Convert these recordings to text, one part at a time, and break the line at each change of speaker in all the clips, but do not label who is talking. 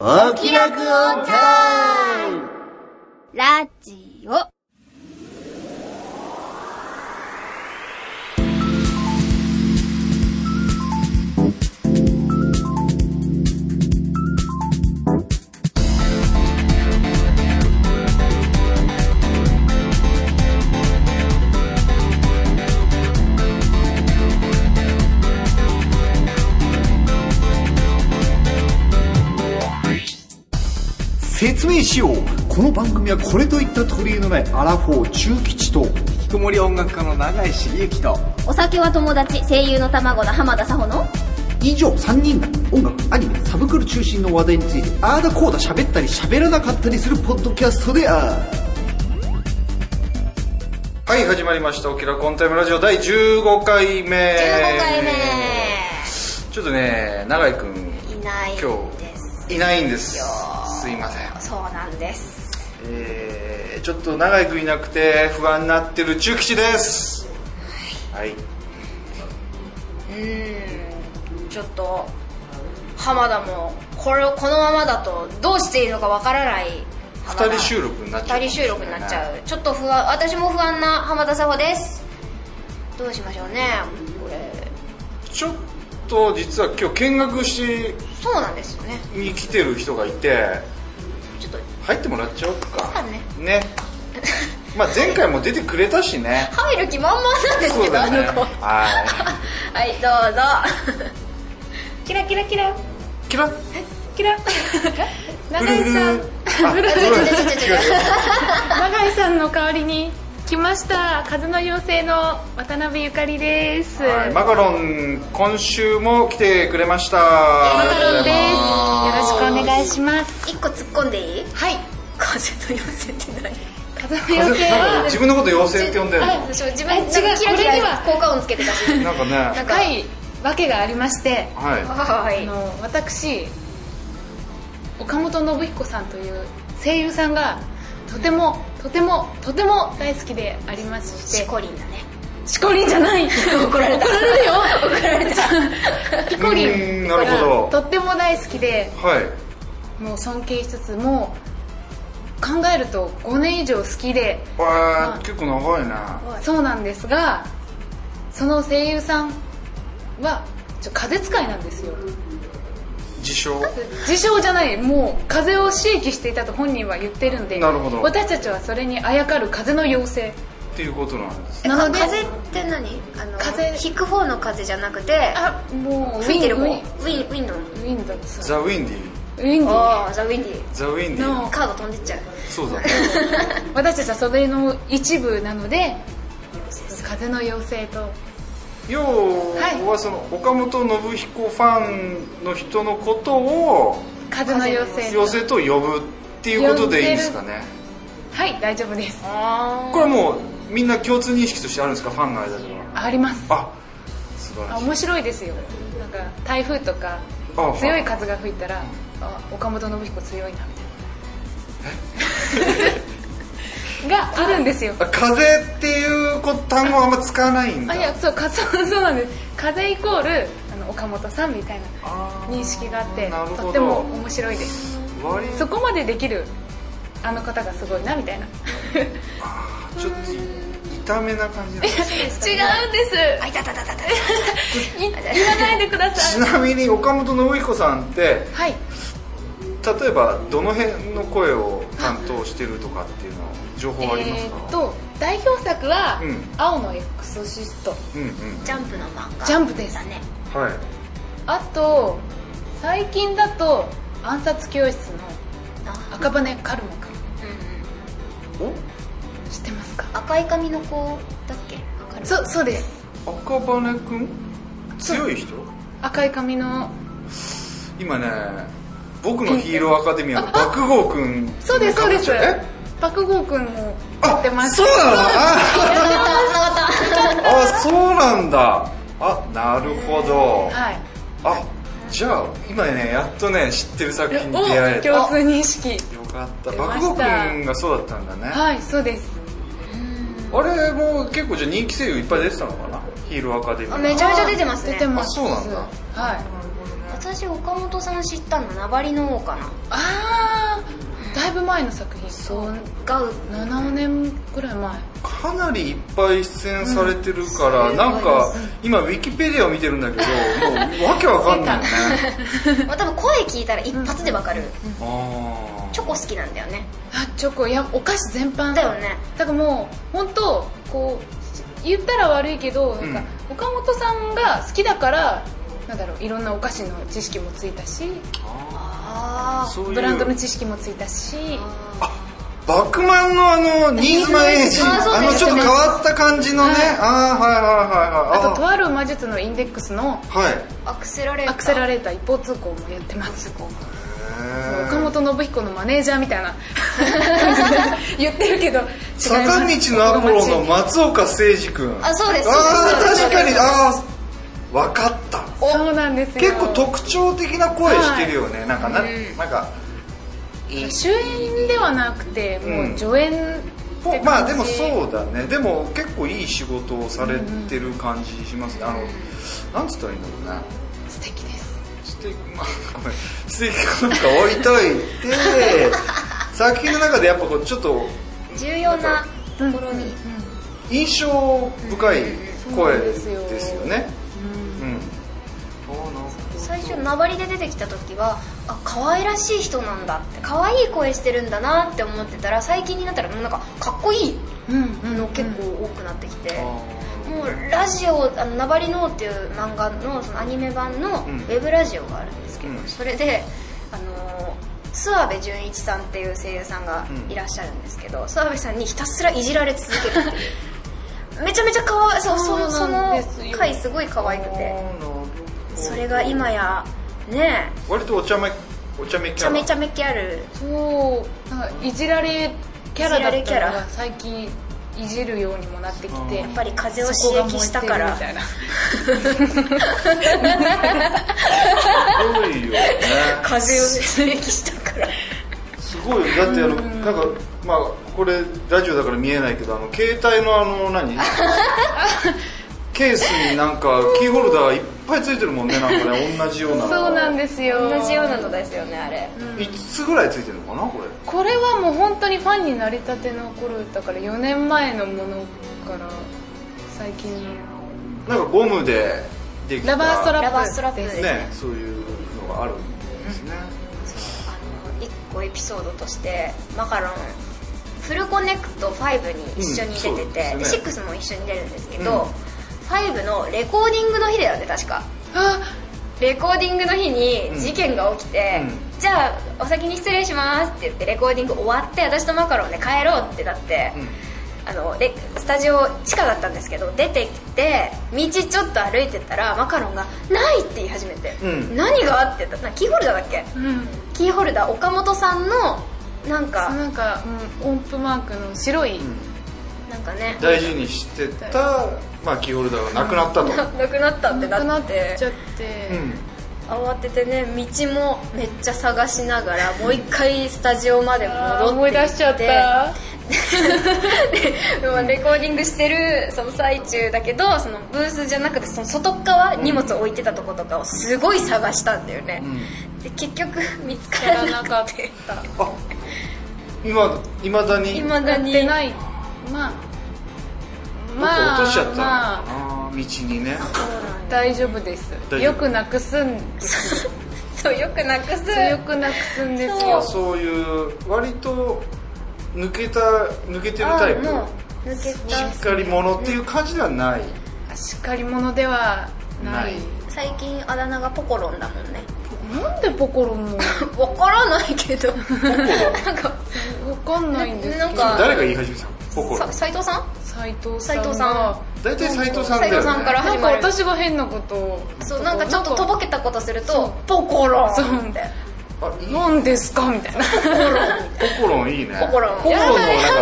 お気楽オンタイム
ラジオ。
説明しようこの番組はこれといった取り柄のないアラフォー中吉と
引きこもり音楽家の永井茂之と
お酒は友達、声優の卵の浜田さほの。
以上3人が音楽アニメサブクル中心の話題についてああだこうだ喋ったり喋らなかったりするポッドキャストである
はい、始まりました。オキラコンタイムラジオ第15回目。
15回目。
ちょっとね、永井くん、
いない
今
です。
日、いないんです
よ。
すいません。
そうなんです。
えー、ちょっと永井くんいなくて不安になってる中吉です。はい。
うーん、ちょっと、浜田も、これを、このままだと、どうしていいのかわからない浜田。
二人収録になっちゃう
二人収録になっちゃう。ちょっと不安、私も不安な浜田さほです。どうしましょうね、これ。
ちょっと実は今日見学し
そうなんですよね。
に来てる人がいて、
ちょっと、
入ってもらっちゃおう
そ
か
うだね。
ね。まあ前回も出てくれたしね。
入る気満々なんですけ
そう
ど、
だね
あの子。
は
はい、どうぞ。 キラキラキラ。
い。キラッ
キラ。
長井さん
あ違う違う違う
長井さんの代わりに来ました風の妖精の渡辺ゆかりです、
はい、マカロン今週も来てくれました
マカロンです
ありがとうござい
よろしくお願いします
一個突っ込んでいい
はい
風の寄せてない。
風の
ます
妖精
なんか
は
自分のこと妖精って呼んでるの
私自
え
分な
違う
んかキラキ
これに
ラ
は
効果音つけてたし。
なんかね
分
深い訳がありまして
は
は
あ
い。
の私岡本信彦さんという声優さんがとてもとてもとても大好きでありまして
しこりんだね。
しこりんじゃない怒られた怒られるよ怒られたピコリ
うーん
ン
なるほど
とっても大好きで
いはい
もう尊敬しつつもう考えると5年以上好きで
わ
は
あ
い
結構長いな
はい
そうなんですがその声優さんはちょ風使いなんですよ
自称
自称じゃないもう風を刺激していたと本人は言ってるんで
なるほど
私たちはそれにあやかる風の妖
っていうことなんです
精なので
風って何？あの
風
引く方の風じゃなくて、
あもう
吹いてる方。ウ
ウ
ィ
ィン
ンウィンドウ。
ウィンドウズ
ザ・ウィンディ
ウィンドウ
ああ、ザウィンディ。
ザ・ウィンディ
の
カード飛んでっちゃう。
そうだね
私たちはそれの一部なので風の妖精と
要はその岡本信彦ファンの人のことを
風の妖精と
妖精と呼ぶっていうことでいいですかね
はい大丈夫です
あ
これもうみんな共通認識としてあるんですかファンの間では
あります
あ素晴らしい
あ面白いですよなんか台風とか
あ
強い風が吹いたらあ岡本信彦強いなみた いながあるんですよ
あ風っていうこ単語はあんま使わないんだ
あいやそうか そうそうなんです風イコールあの岡本さんみたいな
あー
認識があって
なるほど
とっても面白いです
割
そこまでできるあの方がすごいなみたいな 違うんで
ちょっとい痛めな感じなんです
す
あ。あいたたたたた。
い言わないでくだ
ち
さい
なみに岡本信彦さんって
はい
例えばどの辺の声を担当してるとかっていうのは情報あります
え
か、
ーっと代表作は
うん
「青のエクソシスト」
うんうん
ジャンプの漫画。
ジャンプです
だね。
はい
あと最近だと暗殺教室の
あ
赤羽カルマ君
うんうん。
お
知ってますか
赤い髪の子だっけ赤い
そうそうです
赤羽くん強い人
赤い髪の
今ね僕のヒーローアカデミアの爆豪くん
そうですそうです
え
爆豪君も
あ
やってます
そうなのあ
つながったつながった
あそうなんだあなるほど
はい
あじゃあ今ねやっとね知ってる作品に
お
出会えたよ
共通認識
かった
出ま
爆
し
豪
た
君がそうだったんだね
はいそうです
あれもう結構じゃあ人気声優いっぱい出てたのかなヒーローアカデミー
あめちゃめちゃ出てますね
出てます
あそうなんだ
はい
私岡本さん知ったの名張の王かな
ああだいぶ前の作品
そうが
7年ぐらい前
かなりいっぱい出演されてるから、なんか今ウィキペディアを見てるん だけどもうわけわかんないよね
まあ多分声聞いたら一発でわかる、
あ
チョコ好きなんだよね
あチョコいやお菓子全般
だよね
だからもう本当こう言ったら悪いけど、なんか岡本さんが好きだからなんだろういろんなお菓子の知識もついたし
あ
あそういう
ブランドの知識もついたし
バックマンのあの新妻エイジ
あそう
あ
です
のちょっと変わった感じのね、
はい
ああはいは
あ
いは
と
いはい
とある魔術のインデックスの
あはい
あアクセラレーター
アクセラレーター一方通行もやってます
へ
岡
ー
本信彦のマネージャーみ たいな感じで言ってるけど違います
坂道のアポロの松岡誠二君
あそうです
ああ
そうです
確かにああわかった
そうなんですよ
結構特徴的な声してるよね、なんかな,、なんか
主演ではなくてもう助演って
ぽ
感じ、
まあでもそうだねでも結構いい仕事をされてる感じしますね、あのなんつったらいいんだろうね
素敵です
ステーキ、まあ、ごめん、ステーキなんか置いといて、作品の中でやっぱこうちょっと
重要なところに、
印象深い声です
うんうんうんそうなんです
よ
よ
ね。うん
最初名張で出てきた時はあ可愛らしい人なんだって可愛い声してるんだなって思ってたら最近になったらもうなんかかっこいい
うん
の結構多くなってきて、もうラジオ「あのナバリノー」っていう漫画のそのアニメ版のウ
ん
ェブラジオがあるんですけど、
うん
それであの諏訪部純一さんっていう声優さんがいらっしゃるんですけど、諏訪部さんにひたすらいじられ続けるっていうめちゃめちゃ可愛いそうそう
そ
そう
なん
の
ですよ
回すごい可愛くてそれが今やねえ
割とお茶目、お茶目
め
キ
ち
ャ
ゃ
ラ。
めちゃめきある
そうなんかいじられキャラ
い
だっ
じられキャ
たの
ラ
が最近いじるようにもなってきてや
やっぱり風を刺激したから
みたいな
すごいよね。
風を刺激したから
すごいよだってあの、なんか、まあ、これラジオだから見えないけど、あの、携帯のあの、何ケースになんかキーホルダーいっぱいついてるもんね、なんかね、同じような。
そうなんですよ
同じようなのですよねあれ
5つぐらいついてるのかなこれ
これはもう本当にファンになりたての頃だから4年前のものから最近の
なんかゴムでできた
ラバーストラップ
ラバーストラップ
です
ねそういうのがあるんですね、
あの1個エピソードとしてマカロンフルコネクト5に一緒に
うんそ
出て
う
て、で
ですね
6も一緒に出るんですけ
う
ど、5のレコーディングの日だよね確か
あ
レコーディングの日に事件が起きて、じゃあお先に失礼しますって言ってレコーディング終わって私とマカロンで帰ろうってなって、あのレスタジオ地下だったんですけど出てきて道ちょっと歩いてたらマカロンが「ない!」って言い始めて「
うん
何が?」って言ったらキーホルダーだっけ
うん
キーホルダー岡本さんのなん
あ
か
なんか、うん、音符マークの白い、
なんかね
大事にしてた、まあ、キーホルダーがなくなったと、
ななくなったって
な
な
くな
っ
ってちゃって、
うん
慌ててね道もめっちゃ探しながらもう一回スタジオまで戻って
あー思い出しちゃった
でまあレコーディングしてるその最中だけどそのブースじゃなくてその外っ側荷物置いてたとことかをすごい探したんだよね、で結局見つか
や
らな
らな
く
かってた
あ今いまだに
い
どっ
まだ
やっ
に
てないまあ
か落としちゃったのかな、
まあ
あー道にね
大丈夫です
大丈夫
よくなくすんです
そうよくなくす
よよくなくすんです
あ
よ
そういう割と抜けた抜けてるタイプ
もう抜け
したっかり者っていう感じではない、
しっかり者ではない
ない
最近あだ名がポコロンだもんね
なんでポコロンも
わからないけどなんか
わかんないんですけど
なんか
誰が言い始めたの心
さ斎藤さん
斉藤さ
斉
ん
藤
が
さ
大体斎藤さんだよ、
斎
ね、
藤さんから
な
始
んか
まる
私が変なことを
そうなんかちょっととぼけたことすると「
ポコロンそう
って
あいい
なんですかみたいな
ポコロンいいね
ポコロン
ポコロンのなん
やだ
か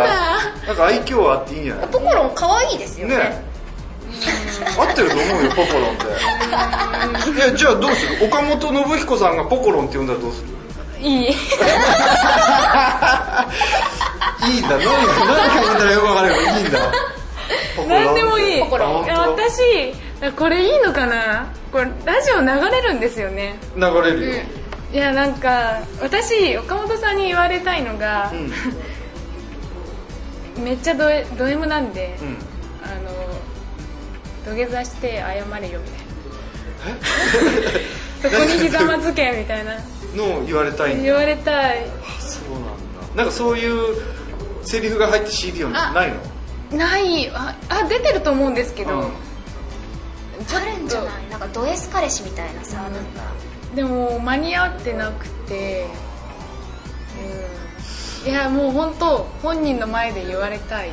なんか愛嬌あっていいんじゃない
ポコロン可愛いですよね
ね合ってると思うよポコロン っていやじゃあどうする岡本信彦さんがポコロンって呼んだらどうする
いい
いいんだ何が何がいいんだよくわかるよいいんだポコロン
何でもいい
ポコロン
あ
いや
本
私だからこれいいのかなこれラジオ流れるんですよね
流れるよ、
いやなんか私岡本さんに言われたいのが、めっちゃド M なんで、
うん
あの土下座して謝れよみ たいなそこにひざまずけみたいな
のを言われたいんだ
言われたい
そうなんだなんかそういうセリフが入って CD を
あ
ないの
ないああ出てると思うんですけど、
うん
あるんじゃないなんかド S 彼氏みたいなさ、なんか
でも間に合ってなくて、うん、いやもう本当本人の前で言われたい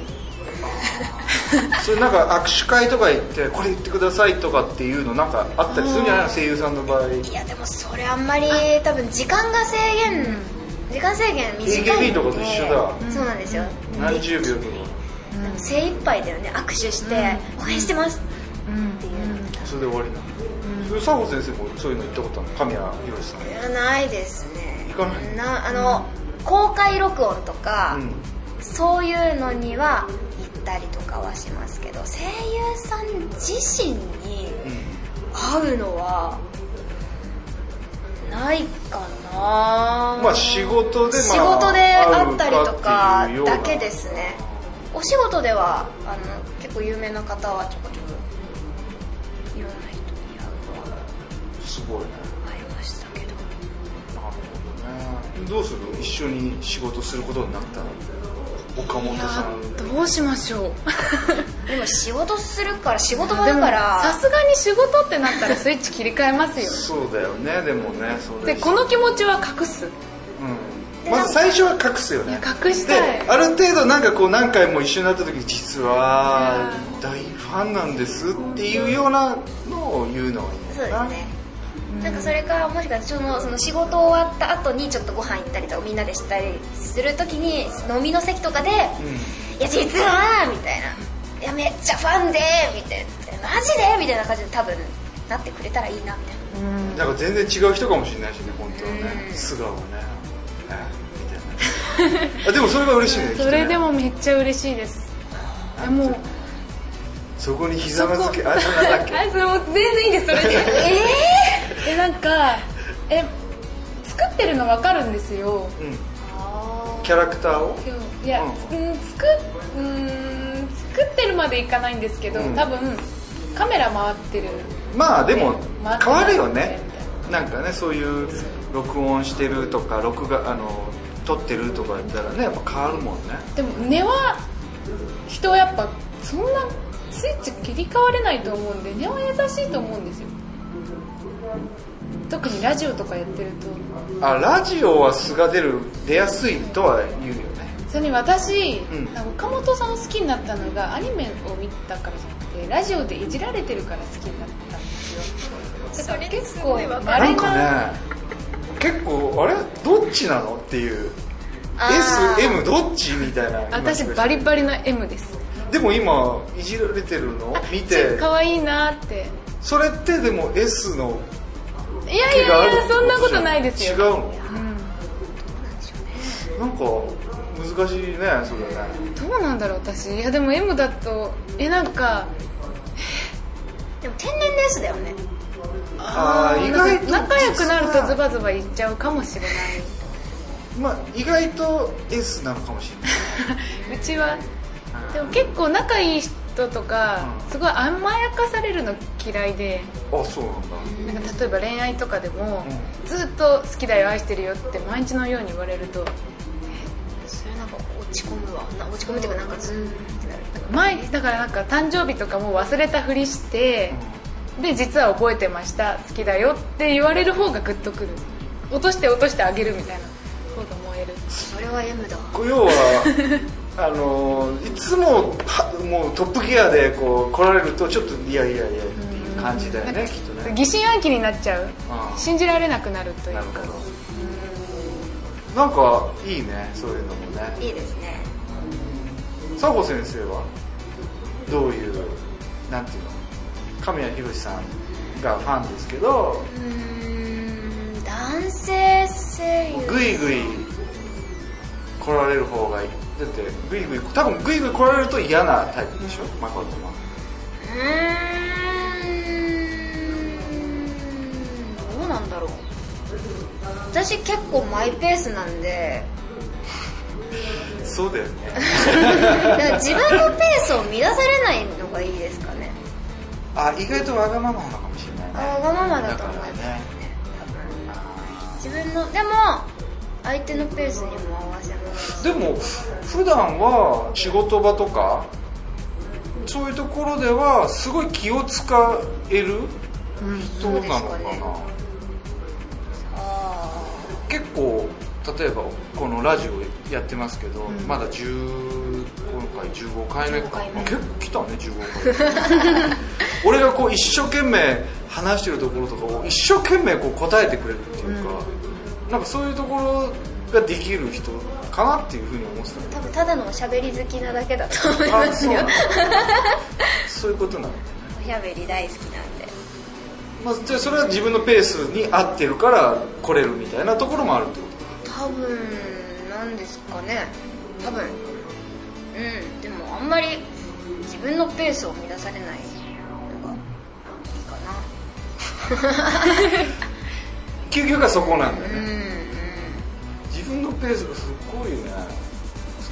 それなんか握手会とか行ってこれ言ってくださいとかっていうのなんかあったりするんじゃないの声優さんの場合
いやでもそれあんまり多分時間が制限時間制限短い
AKB とか
ので
と一緒だ
そうなんですよ、
何十秒とか
でも精一杯だよね握手して「応援してます」っていうの
それで終わりなのそれ佐保先生もそういうの言ったことあるの神谷博さん
いやないですね
行かない
なあの、公開録音とか、
うん
そういうのには行ったりとかはしますけど声優さん自身に会うのはないかな
まあ仕事でまあ
仕事で会ったりとか
会うかっ
だ
ていうような
けですねお仕事ではあの結構有名な方はちょこちょこいろんな人に会うのは
すごいね
ありましたけど
なるほどねどうする一緒に仕事することになったら岡本
い
さ
や
ん
どうしまし ょう
でも仕事するから仕事場だか
さ
ら
すがに仕事ってなったらスイッチ切り替えますよ
そうだよねでもねそれ
でこの気持ちは隠す
うんまず最初は隠すよね
隠したい
である程度なんかこう何回も一緒になった時に実は大ファンなんですっていうようなのを言うのはいいの
そうで
かな
すねなんかそれかもしかしてそのその仕事終わった後にちょっとご飯行ったりとかみんなでしたりする時に飲みの席とかで「いや実は」みたいな「いやめっちゃファンで」みたいな「マジで?」みたいな感じで多分なってくれたらいいなみたいな
うんなんか全然違う人かもしれないしね本当はね素顔はねええみたいなあでもそれが嬉しいねきっと
そ
ね
れでもめっちゃ嬉しいですでもう
そこにひざまずけあそんなんだっけ
あそれもう全然いいです それでえええなんかえ作ってるの分かるんですよ
キャラクターを
いや、うん、作っうーん作ってるまでいかないんですけど、
うん
多分カメラ回ってる
まあでも
まあ
変わるよねなんかねそういう録音してるとか録画あの撮ってるとか言ったらねやっぱ変わるもんね
でも根は人はやっぱそんなスイッチ切り替われないと思うんで根は優しいと思うんですよ特にラジオとかやってると
あラジオは素が出る出やすいとは言うよね
それに私、
うん
岡本さんを好きになったのがアニメを見たからじゃなくてラジオでいじられてるから好きになったんですよそれ結構あ
な
れ
ん
が
かね結構あれどっちなのっていう
あー
SM どっちみたいな
私バリバリの M です
でも今いじられてるの見
ちょってと可愛いなって
それってでも S の
いやい
手がある
やいやそんなことないです
違う
よ
のなんか難しいねそれね
どうなんだろう私いやでも M だとえなんか
でも天然のやつだよね
あー意外と
仲良くなるとズバズバ言っちゃうかもしれ ない
まあ意外と S なのかもしれないう
ちはでも結構仲いい人とかすごい甘やかされるの嫌いで
あそうなんだ
なんか例えば恋愛とかでもずっと好きだよ愛してるよって毎日のように言われると
それなんか落ち込むわな落ち込むっていうかなんかずーんってなる
前だからなんか誕生日とかも忘れたふりしてで実は覚えてました好きだよって言われる方がグッとくる落として落としてあげるみたいな方が燃える
それは M だわ
こう要 はあのーいつもはもうトップギアでこう来られるとちょっといやいやいやっていう感じだよねきっとね
疑心暗鬼になっちゃう
ああ
信じられなくなるという
なる
か
ほどなんかいいねそういうのもね
いいですね
佐保先生はどういうなんていうの神谷博さんがファンですけど
うーん男性声優
グイグイ来られる方がいいだってグイグイ多分グイグイ来られると嫌なタイプでしょ誠は
うーんなんだろう私結構マイペースなんで
そうだよね
だから自分のペースを乱されないのがいいですかね
あ意外とわがままなのかもしれないね
あわがままだと思います
だからね
自分のでも相手のペースにも合わせます
でも普段は仕事場とかそういうところではすごい気を使える人なのか
そうです
な、
かねあ
結構例えばこのラジオやってますけど、まだ10今回15回目か
15回目
あ結構来たね15回 俺がこう一生懸命話してるところとかを一生懸命こう答えてくれるっていうか、なんかそういうところができる人かなっていうふうに思ってたんだけど
あ多分ただのおしゃべり好きなだけだと思いますよ
あそうなの そういうことなの、
おしゃべり大好きなんで
まあ、じゃあそれは自分のペースに合ってるから来れるみたいなところもあるってこ
多分なんですかね多分うんでもあんまり自分のペースを乱されないのがいいか
と究極はそこなんだよ
なう
ね、
ん
自分のペースがすごいよね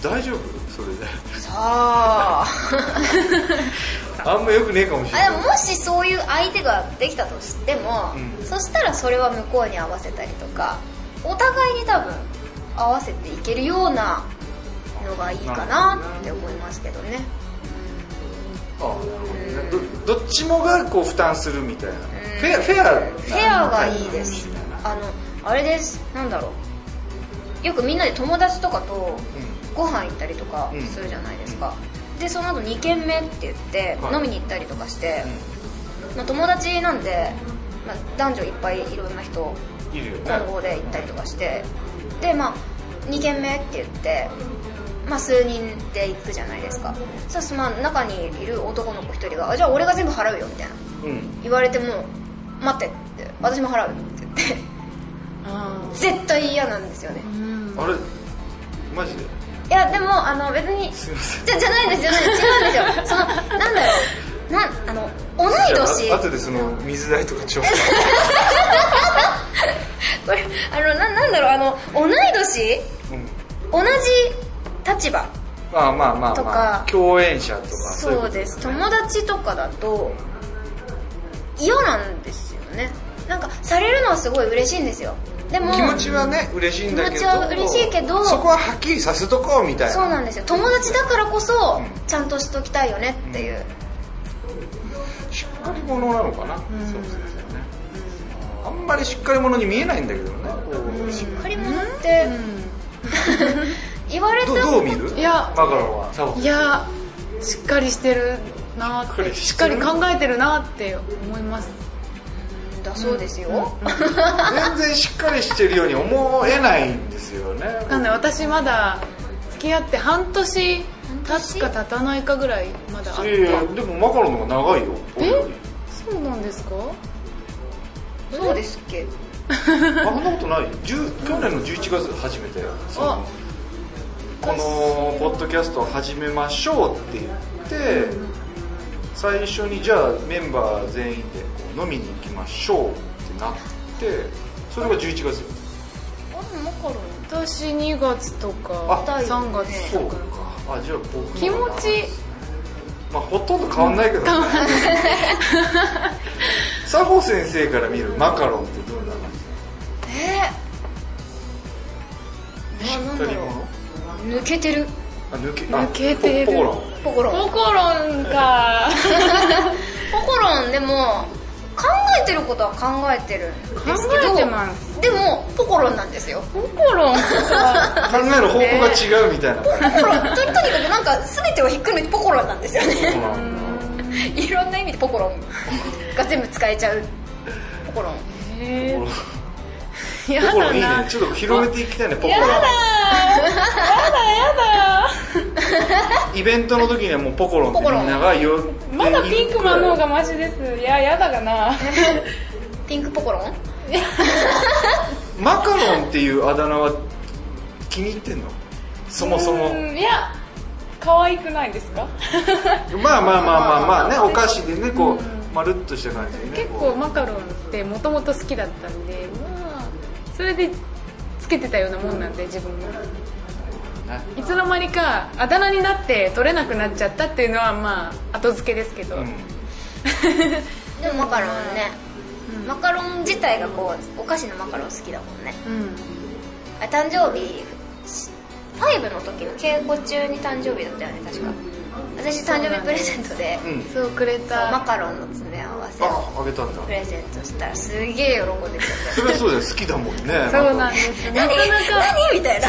大丈夫それで
うんさあ
あんまよくねえかもしれない
あでももしそういう相手ができたとしても、
うん
そしたらそれは向こうに合わせたりとかお互いに多分合わせていけるようなのがいいかなって思いますけどね
あなるほどねどどっちもがこう負担するみたいなフェアフェア
フェアがいいですあのあれですなんだろうよくみんなで友達とかとご飯行ったりとか
うん
するじゃないですか、でその後2軒目って言って
はい
飲みに行ったりとかして、まあ、友達なんで、まあ、男女いっぱいいろんな人
いるよね
混合で行ったりとかしてでまあ2軒目って言って、まあ、数人で行くじゃないですかそうするとまあ中にいる男の子1人があ「じゃあ俺が全部払うよ」みたいな
うん
言われても「待って」って「私も払う」って言って
あ
絶対嫌なんですよね
あれマジで
いやでもあの別に
すいません
じゃじゃないですよね違うんですよそのなんだろうなんあの同い年
じゃああ後でその水代とか調査
これあのななんだろうあの同い年
うん
同じ立場
まあまあまあ
と
まあ
か
共演者とかいこ
そう
と
です友達とかだと嫌なんですよねなんかされるのはすごい嬉しいんですよでも
気持ちはね嬉しいんだけど
気持ちは嬉しいけど
そこははっきりさせとこうみたいな
そうなんですよ友達だからこ
う
そ
ん
ちゃんとしときたいよねっていう、
しっかり者なのかな、そうですよね、あんまりしっかり者に見えないんだけどねこう
しっかり者って、言われた
どどう見る
いや
マカロンはサボ
いやしっかりしてるな
しっかり
ーってし
し
ってか
る
り考えてるなって思います
だそうですよ、
全然しっかりしてるように思えないんですよね
なんで私まだ付き合って半年経つか経たないかぐらいまだあっ
いやい
て
やでもマカロンの方が長いよ俺より
そうなんですか
そうですっけ
あそんなことないよ10去年の11月初めてその
あ
このポッドキャストを始めましょうって言って最初にじゃあメンバー全員でこう飲みに行きましょうってなってそれが11月よ
あれマカロン
私2月とか
あ
3月
そうか
とか
あじゃあ僕の方が
気持ち
まあほとんど変わんないけ どね佐保先生から見るマカロンってどんな感
え
じ
ー、な
し
ん
っか
だ
り
ろ
者
う抜けてる
あ抜け
抜けてる
あポポコロン
ポコロン
ポコロンか
ポコロンでも考えてることは考えてるんですけど
考えてます
でもポコロンなんですよ
ポコロンか
考える方向が違うみたいな
ポコロンととにかくなんか全てをひっくるめてポコロンなんですよね
そうなん だ
いろんな意味でポコロンが全部使えちゃうポコロン
へ
ポコロン
えや
ポコロンいい
だ
ね
な
ちょっと広めていきたいねポコロンイベントの時にはもうポコロンってみんながよ
まだピンクマンの方がマシですいややだかな
ピンクポコロン
マカロンっていうあだ名は気に入ってんのそもそも
うんいや可愛くないですか
まあまあまあまあまあねお菓子でねこうまるっとした感じでね
結
こ
構マカロンってもともと好きだったんでそれでつけてたようなもんなんで自分も
ね
いつの間にかあだ名になって取れなくなっちゃったっていうのはまあ後付けですけど、
うん
でもマカロンね、マカロン自体がこうお菓子のマカロン好きだもんね
うん
あ誕生日5の時の稽古中に誕生日だったよね確か私誕生日プレゼントで
うん
そうくれた
マカロンの詰め合わせを
ああげたんだ
プレゼントしたらすげえ喜んでくれて
それはそうだよ好きだもんね
そうなんですよなかなか
何みたいな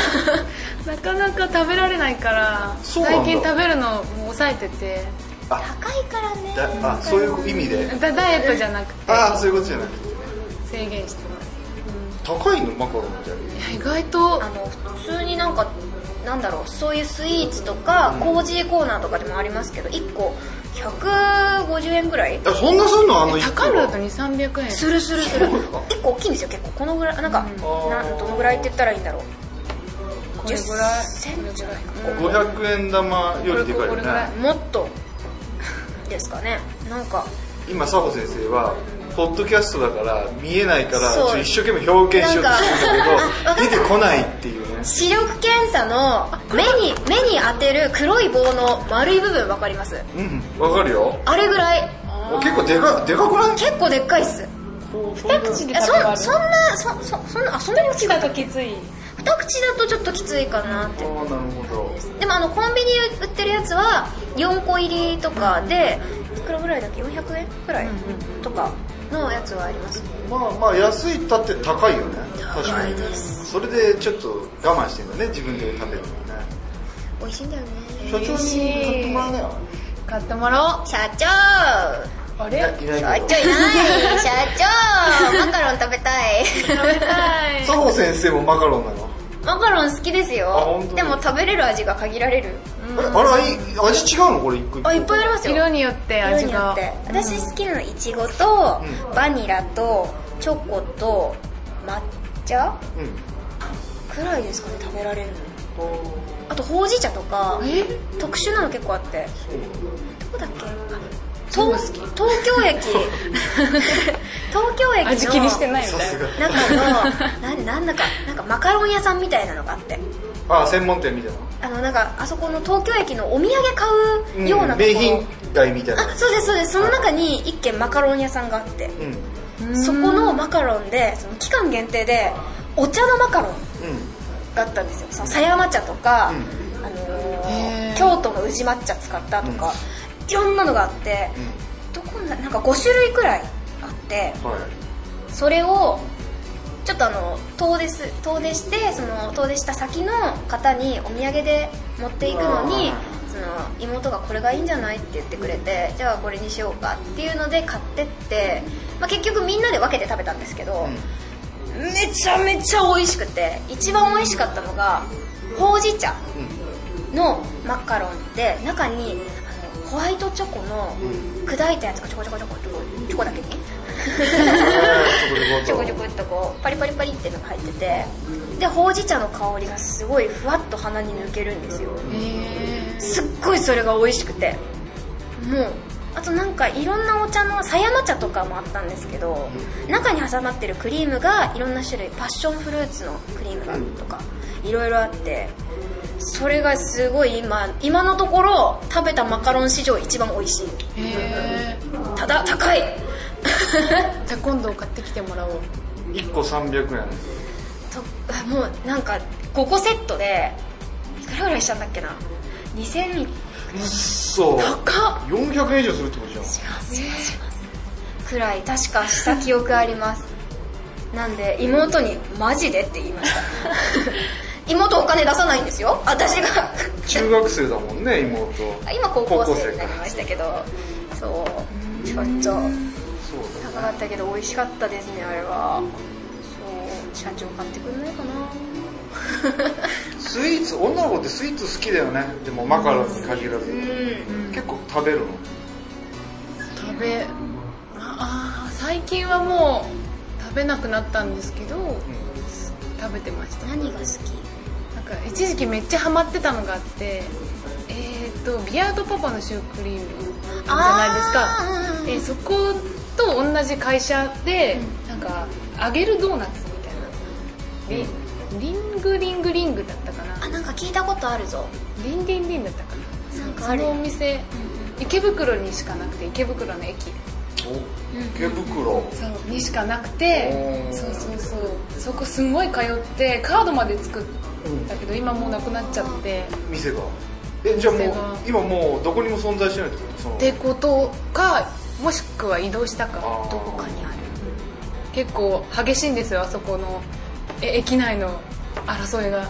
なかなか食べられないから
そうなんだ
最近食べるのも抑えてて
高いからね
だあそういう意味で
ダダイエットじゃなくて
ああそういうことじゃなくて
制限してます
高いのマカロンって
いや意外と
あの普通になんかなんだろうそういうスイーツとかコージーコーナーとかでもありますけど1個150円ぐらい
あそんなすんのあの一個
高いのだと2300円
するするする1個大きいんですよ結構このぐらいなんか、なんどのぐらいって言ったらいいんだろう
こ
10
れぐらい
センチぐらいか
500円玉よりでかいよ
これこれぐらい
ね
もっとですかねなんか
今佐保先生はポッドキャストだから見えないからち
そう
ょっと一生懸命表現しようとしてるん
な
だ
んか
けど出てこないっていうね
視力検査の目に目に当てる黒い棒の丸い部分わかります
うんわかるよ
あれぐらい
お結構でかでかくない
結構でっかいっす
二口
い
で
や
食
そ
べ
ん
られる
そんなそそそんなあそんなに大き
口
く
だときつい
二口だとちょっときついかなっ
あ
て
あなるほど
でもあのコンビニで売ってるやつは4個入りとかでいくらぐらいだっけ400円くらいとかのやつはあります
まあまあ安いったって高いよね確か
高い
に
です
それでちょっと我慢してんだね自分で食べるのね
美味しいんだよね
社長に買ってもらうね
買ってもらおう
社長
いやいないけど
社長いない社長
あれ
マカロン食べたい
食べたい
佐保先生もマカロンなの
マカロン好きです
あ
よ
本当に
でも食べれる味が限られる
あれあれい味違うのこれ一個一個
あいっぱいありますよ
色によって味
色によ
が
って私好きなのいちごと、
う
バニラとチョコと抹茶
うん
くらいですかね食べられるのあとほうじ茶とか
え
特殊なの結構あってどこだっけ
全部
東
好き
東京 駅東京駅の
味気にしてないみ
さ
たい
す
な
が
中のなんなんだかなんかマカロン屋さんみたいなのがあって
あ専門店みたいな
あのなんかあそこの東京駅のお土産買うようなとこ
名品街みたいな
あそうですそうですその中に一軒マカロン屋さんがあって
うんうん
そこのマカロンでその期間限定でお茶のマカロンがあったんですよその狭山茶とか、あの
へ
ー
ー
京都の宇治抹茶使ったとか、いろんなのがあってどこななんか5種類くらいあって
うんはい
それをちょっとあの遠出す遠出してその遠出した先の方にお土産で持っていくのに
あ
その妹がこれがいいんじゃないって言ってくれてじゃあこれにしようかっていうので買ってって、まあ、結局みんなで分けて食べたんですけど、めちゃめちゃ美味しくて一番美味しかったのがほうじ茶のマカロンで中にあのホワイトチョコの砕いたやつがちょこちょこちょこちょこチョコだけにちょこちょこっとこうパリパリパリってのが入っててでほうじ茶の香りがすごいふわっと鼻に抜けるんですよ
へー
すっごいそれが美味しくてもうあとなんかいろんなお茶の狭山茶とかもあったんですけど中に挟まってるクリームがいろんな種類パッションフルーツのクリームがとかいろいろあってそれがすごい今今のところ食べたマカロン史上一番美味しい
へー
ただ高い
じゃあ今度買ってきてもらおう
1個300円
とあもうなんか5個セットでいくらぐらいしたんだっけな2000
うっそ
高っ
400円以上するってことじゃん
くらい確かした記憶ありますなんで妹に「マジで?」って言いました 妹お金出さないんですよ私が
中学生だもんね妹
今高校
高校
生
生
に
か
なりましたけどそうちょっと
そう
高かったけど美味しかったですねあれはそう社長買ってくんないかな
だスイーツ女の子ってスイーツ好きだよねでもマカロンに限らず
うん
結構食べるの
食べああー最近はもう食べなくなったんですけど、食べてました
何が好き
なんか一時期めっちゃハマってたのがあってえっ、とビアードパパのシュークリームじゃないですか、えーそこと同じ会社で、なんか揚げるドーナツみたいなリリングリングリングだったか
あ
な
なんか聞いたことあるぞ
リンリンリンだったかな
なんか
そ
ある
のお店池袋にしかなくて池袋の駅
池袋
そうにしかなくて
おー
そうそうそうそこすごい通ってカードまで作ったけど今もうなくなっちゃって
店がえじゃあもう
店が
今もうどこにも存在してないってことその
ってことかもしくは移動したか
あー
どこかにある結構激しいんですよあそこのえ駅内の争いが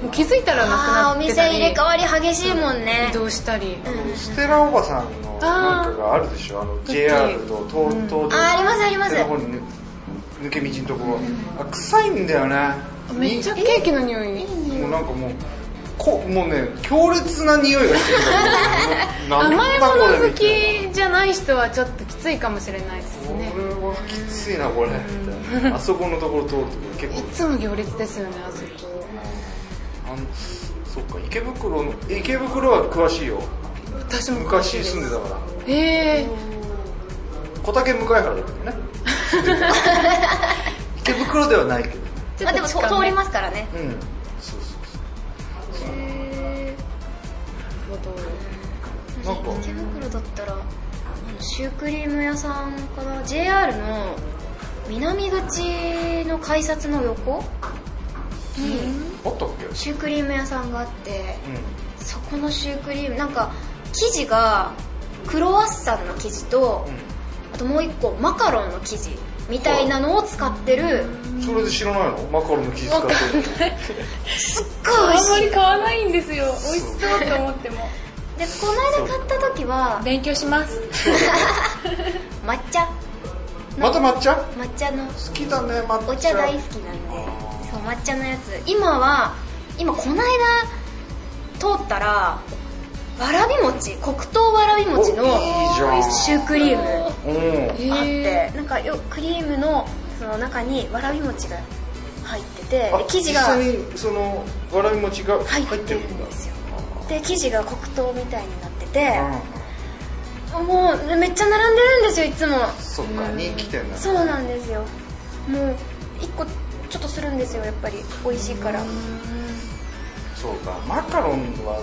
もう気づいたら
あ
なく
ーお
なって
店
たり
入れ替わり激しいもんね
移動したり
ステラおばさんのなんかがあるでしょあの JR と東東上
あありますあります
の方に抜抜け道のところあ臭いんだよね
めっちゃケーキの匂い
にもうなんかもうこもうね強烈な匂いがしてるんだ
甘いも
これ
の好
みたいな
きじゃない人はちょっときついかもしれないです
これ
ね
はきついなこれみたいなあそこのところ通るとき
い
結構
つも行列ですよねあそこ
あのそっか池袋の池袋は詳しいよ
私も詳しい
昔住んでたから
ええ
小竹向原だったよね 池袋ではないけど
ちょ
まあ
っ
で
と
もと
近め
通りますからね
うんそうそうそうなんか
池袋だったらあのシュークリーム屋さんかな JR の南口の改札の横に
あったっけ
シュークリーム屋さんがあって
う
そこのシュークリームなんか生地がクロワッサンの生地と
ん、
あともう一個マカロンの生地みたいなのを使ってる
うん、それで知らないのマカロンの生地使ってる
かわい
あんま
しい
り
で
買わないんですよ美味しそうと思っても
この間買った時は
勉強します
抹茶
また抹茶
抹茶の
好きだね抹茶
お茶大好きなんでそう抹茶のやつ今は今この間通ったらわらび餅黒糖わらび餅の
おいいじゃん
シュークリームあ
うん
ってなんかよクリームのその中にわらび餅が入っててで
あ
生地が
実際にそのわらび餅が入
入っ
ってて
る
るんだ
んですよで生地が黒糖みたいになってて
うん
もうめっちゃ並んでるんですよいつも
そっか人気店だ
そうなんですよもう1個ちょっとするんですよやっぱり美味しいから
そうかマカロンは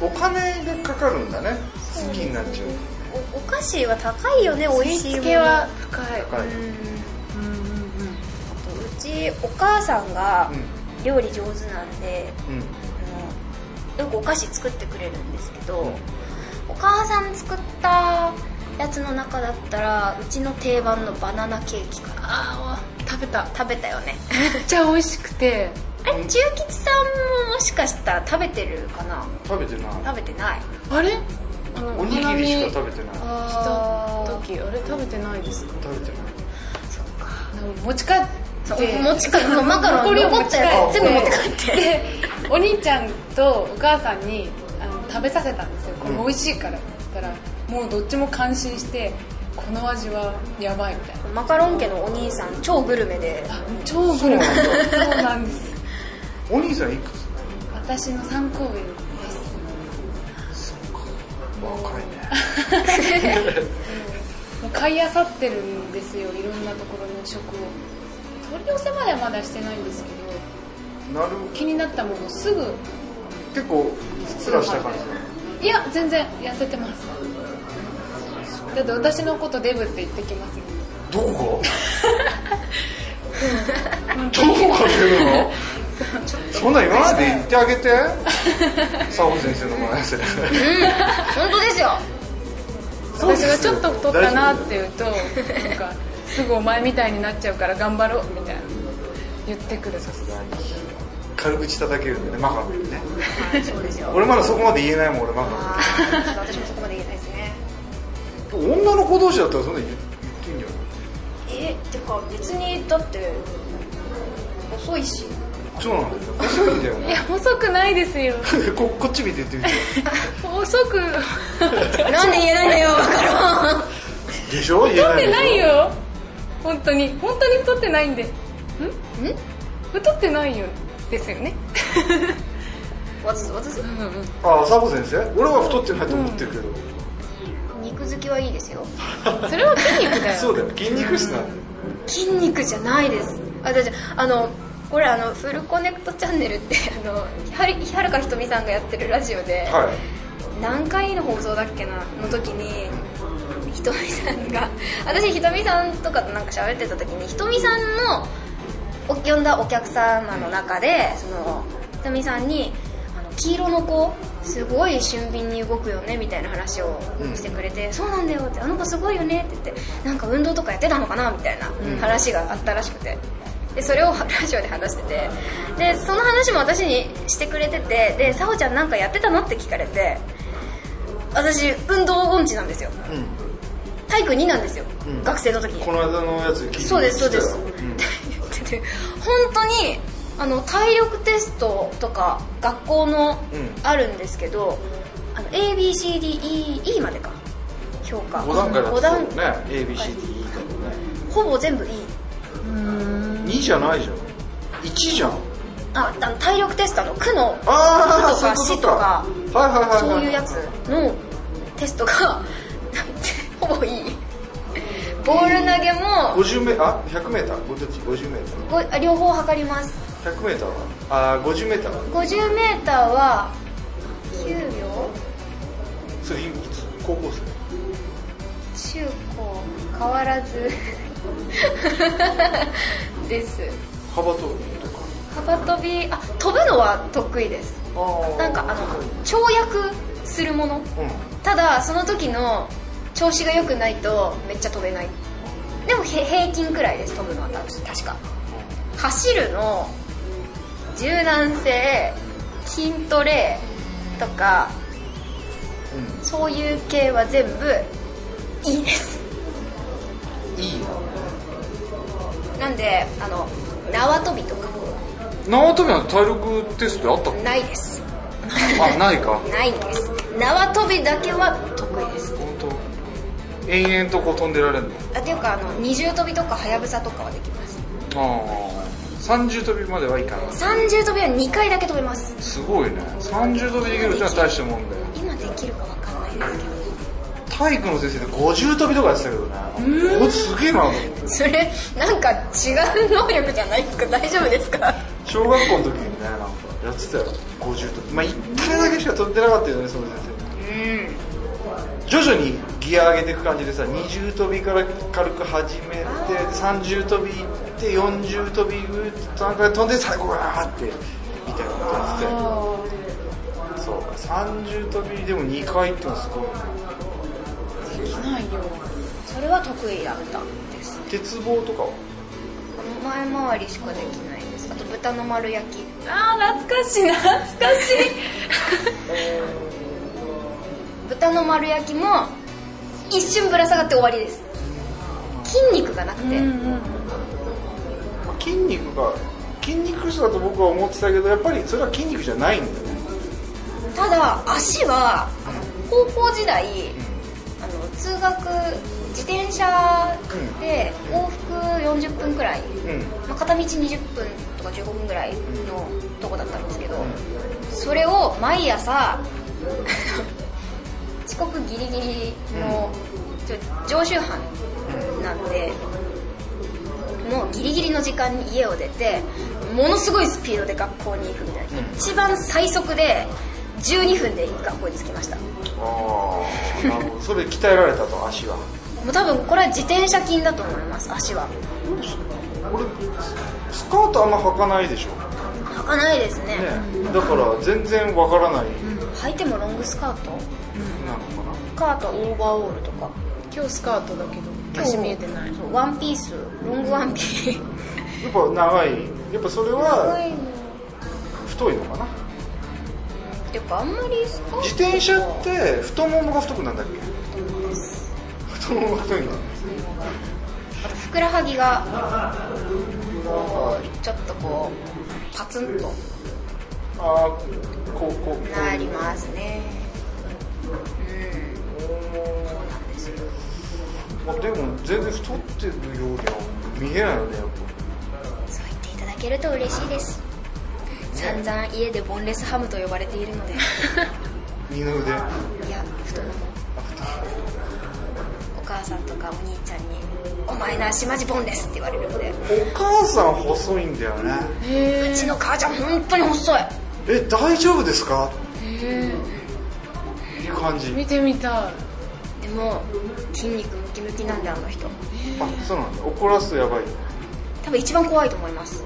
お金がかかるんだね好きになっちゃう
おお菓子は高いよね美味しいもの
付けは深い
高い
うん
うんうんうん
うちお母さんが
う
料理上手なんで、
んうん
あのよくお菓子作ってくれるんですけど、お母さん作ったやつの中だったらうちの定番のバナナケーキから
あー食べた
食べたよね
めっちゃ美味しくて
あれ中吉さんももしかしたら食べてるかな
食べてない
食べてない
あれあの
おにぎりしか
お花見
食べてない
した
ー
時あれ食べてないです
食べてない
そっか
なんか持ち帰っ
そう
て
持ち帰ってマカロン残ったやつ全部持って帰って
でお兄ちゃんとお母さんにあの食べさせたんですよこれ美味しいからって言ったらもうどっちも感心してこの味はやばいみたいな
マカロン家のお兄さん超グルメ で
あ超グルメそうなんです
お兄さんいくつ
私の参考上です
若いね
もう買い漁ってるんですよいろんなところの食を取り寄せまではまだしてないんですけど
なる
気になったものすぐ
結構ふっくらした感じだね
いや全然痩せてますだって私のことデブって言ってきますも
ど
ん
こがどこが出る のそんなん言わないで言ってあげて佐保先生の前で
本当ですよ
私がちょっと太ったなって言うとなんかすぐお前みたいになっちゃうから頑張ろうみたいな言ってくる
軽口叩けるんだねマカロンね
そうですよ
俺まだそこまで言えないもん俺マカ
私もそこまで言えないですね
ロン女の子同士だったらそんなん言ってんじゃん
えってか別にだって遅いし
そうなんだよ細いんだよ
い
ね
や細くないですよ
ここっち見てって言って
細く
なんで言えないんだよ分からん
でしょ言え
太っ
ない
て
でしょ
ないよ本当に本当に太ってないんでんん太ってないよですよね
私私
うんうん
ああ佐保先生俺は太ってないと思ってるけど、
肉好きはいいですよ
それは筋肉だよ
そうだよ筋肉質なんだよ
筋肉じゃないです私あのこれあのフルコネクトチャンネルってあのはるはるかひとみさんがやってるラジオで、
は
何回の放送だっけなの時にひとみさんが私ひとみさんとかとなんか喋ってた時にひとみさんのお呼んだお客様の中でそのひとみさんにあの黄色の子すごい俊敏に動くよねみたいな話をしてくれて、そうなんだよってあの子すごいよねって言ってなんか運動とかやってたのかなみたいな話があったらしくて。でそれをラ ジオで話しててでその話も私にしてくれててで「さほちゃんなんかやってたの?」って聞かれて私運動音痴なんですよ
い、うん
体育2なんですよ、
うん
学生の時に
この間のやつ聞いて
そうですそう です、
聞いたよん
って言ってて本当にあの体力テストとか学校の
うん
あるんですけど、あの ABCDEE までか評価
5段階だ
五
ったも
段
んね ABCDE だもんね
ほぼ全部 E
2じゃないじゃん1じゃん
ああの体力テストの区の
ああ
区とか
そうい
市
うこと
か
とかはいはいはいはい
そういうやつのテストが なんてほぼ E ボール投げも
50メあ100メーターどっち50メータ
ごあ両方測ります
ー100メーターはあー50メーターは
50m は9秒
それいつ高校生
中高変わらず です
幅ととか
幅跳びあ飛ぶのは得意です
あ
なんかあの跳躍するもの
うん
ただその時の調子が良くないとめっちゃ飛べないでもへ平均くらいです飛ぶのは多分確か走るの柔軟性筋トレとかそういう系は全部いいです
うんいい
なんであの縄跳びとか
な縄跳びの体力テストであったの
ないです
あないか
ないんです縄跳びだけは得意です
本当。延々とこう飛んでられるの
あっていうかあの二重跳びとかはやぶさとかはできます
ああ30跳びまではいかない
三重跳びは2回だけ跳べます
すごいね30跳びできるってのは大したもんだよ
今できるか分かんないです
体育の先生で50跳びとかやってたけどねおすげえな
けどそれなんか違う能力じゃないですか大丈夫ですか
小学校の時にねなんかやってたよ50跳びまあ1回だけしか跳んでなかったよねその先
うん
生徐々にギア上げていく感じでさ20跳びから軽く始めて30跳び行って40跳びぐっとなんか飛んで最後ガーってみたいなことやってたよそうか30跳びでも2回ってのはすごいね
できないよそれは得意だったんです
鉄棒とかは
前回りしかできないですあと豚の丸焼き
ああ懐かしい懐かし
豚の丸焼きも一瞬ぶら下がって終わりです筋肉がなくて、
いうん、うん
筋肉が筋肉質だと僕は思ってたけどやっぱりそれは筋肉じゃないんだよね
ただ足はあの高校時代あの通学自転車で往復40分くらい、
うん
まあ、片道20分とか15分くらいのとこだったんですけどそれを毎朝 遅刻ギリギリのちょ常習犯なんでもうギリギリの時間に家を出てものすごいスピードで学校に行くみたいな、一番最速で12分で学校に着きましたも
ああなるほどそれ鍛えられたと足は
う多分これは自転車筋だと思います足は
俺ススカートあんま履かないでしょ、
履かないです
ね、
ね
だから全然わからない
履いてもロングスカート
なのかな
カートオーバーオールとか
今日スカートだけど足見えてない
そうワンピースロングワンピース
やっぱ長いやっぱそれは太いのかな
っていうかあんまりスカート
自転車って太ももが太くなんだっけ太ももが太いんだ
あとふくらはぎがこうちょっとこうパツンと
ああこうこうこう
なりますねうんそうなんですよ
まあ、でも全然太ってるようには見えないよねやっ
そう言っていただけると嬉しいです散々家でボンレスハムと呼ばれているので
ぱ二の腕
いや太ももお
母さんとかお兄ちゃんに「お前の足マジボンです」って言われるんで
お母さん細いんだよね
うちの母ちゃん本当に細い
え大丈夫ですか
へ
っていう感じ
え見てみたい
でも筋肉ムキムキなんであの人
あそうなんだ怒らすとやばい
多分一番怖いと思います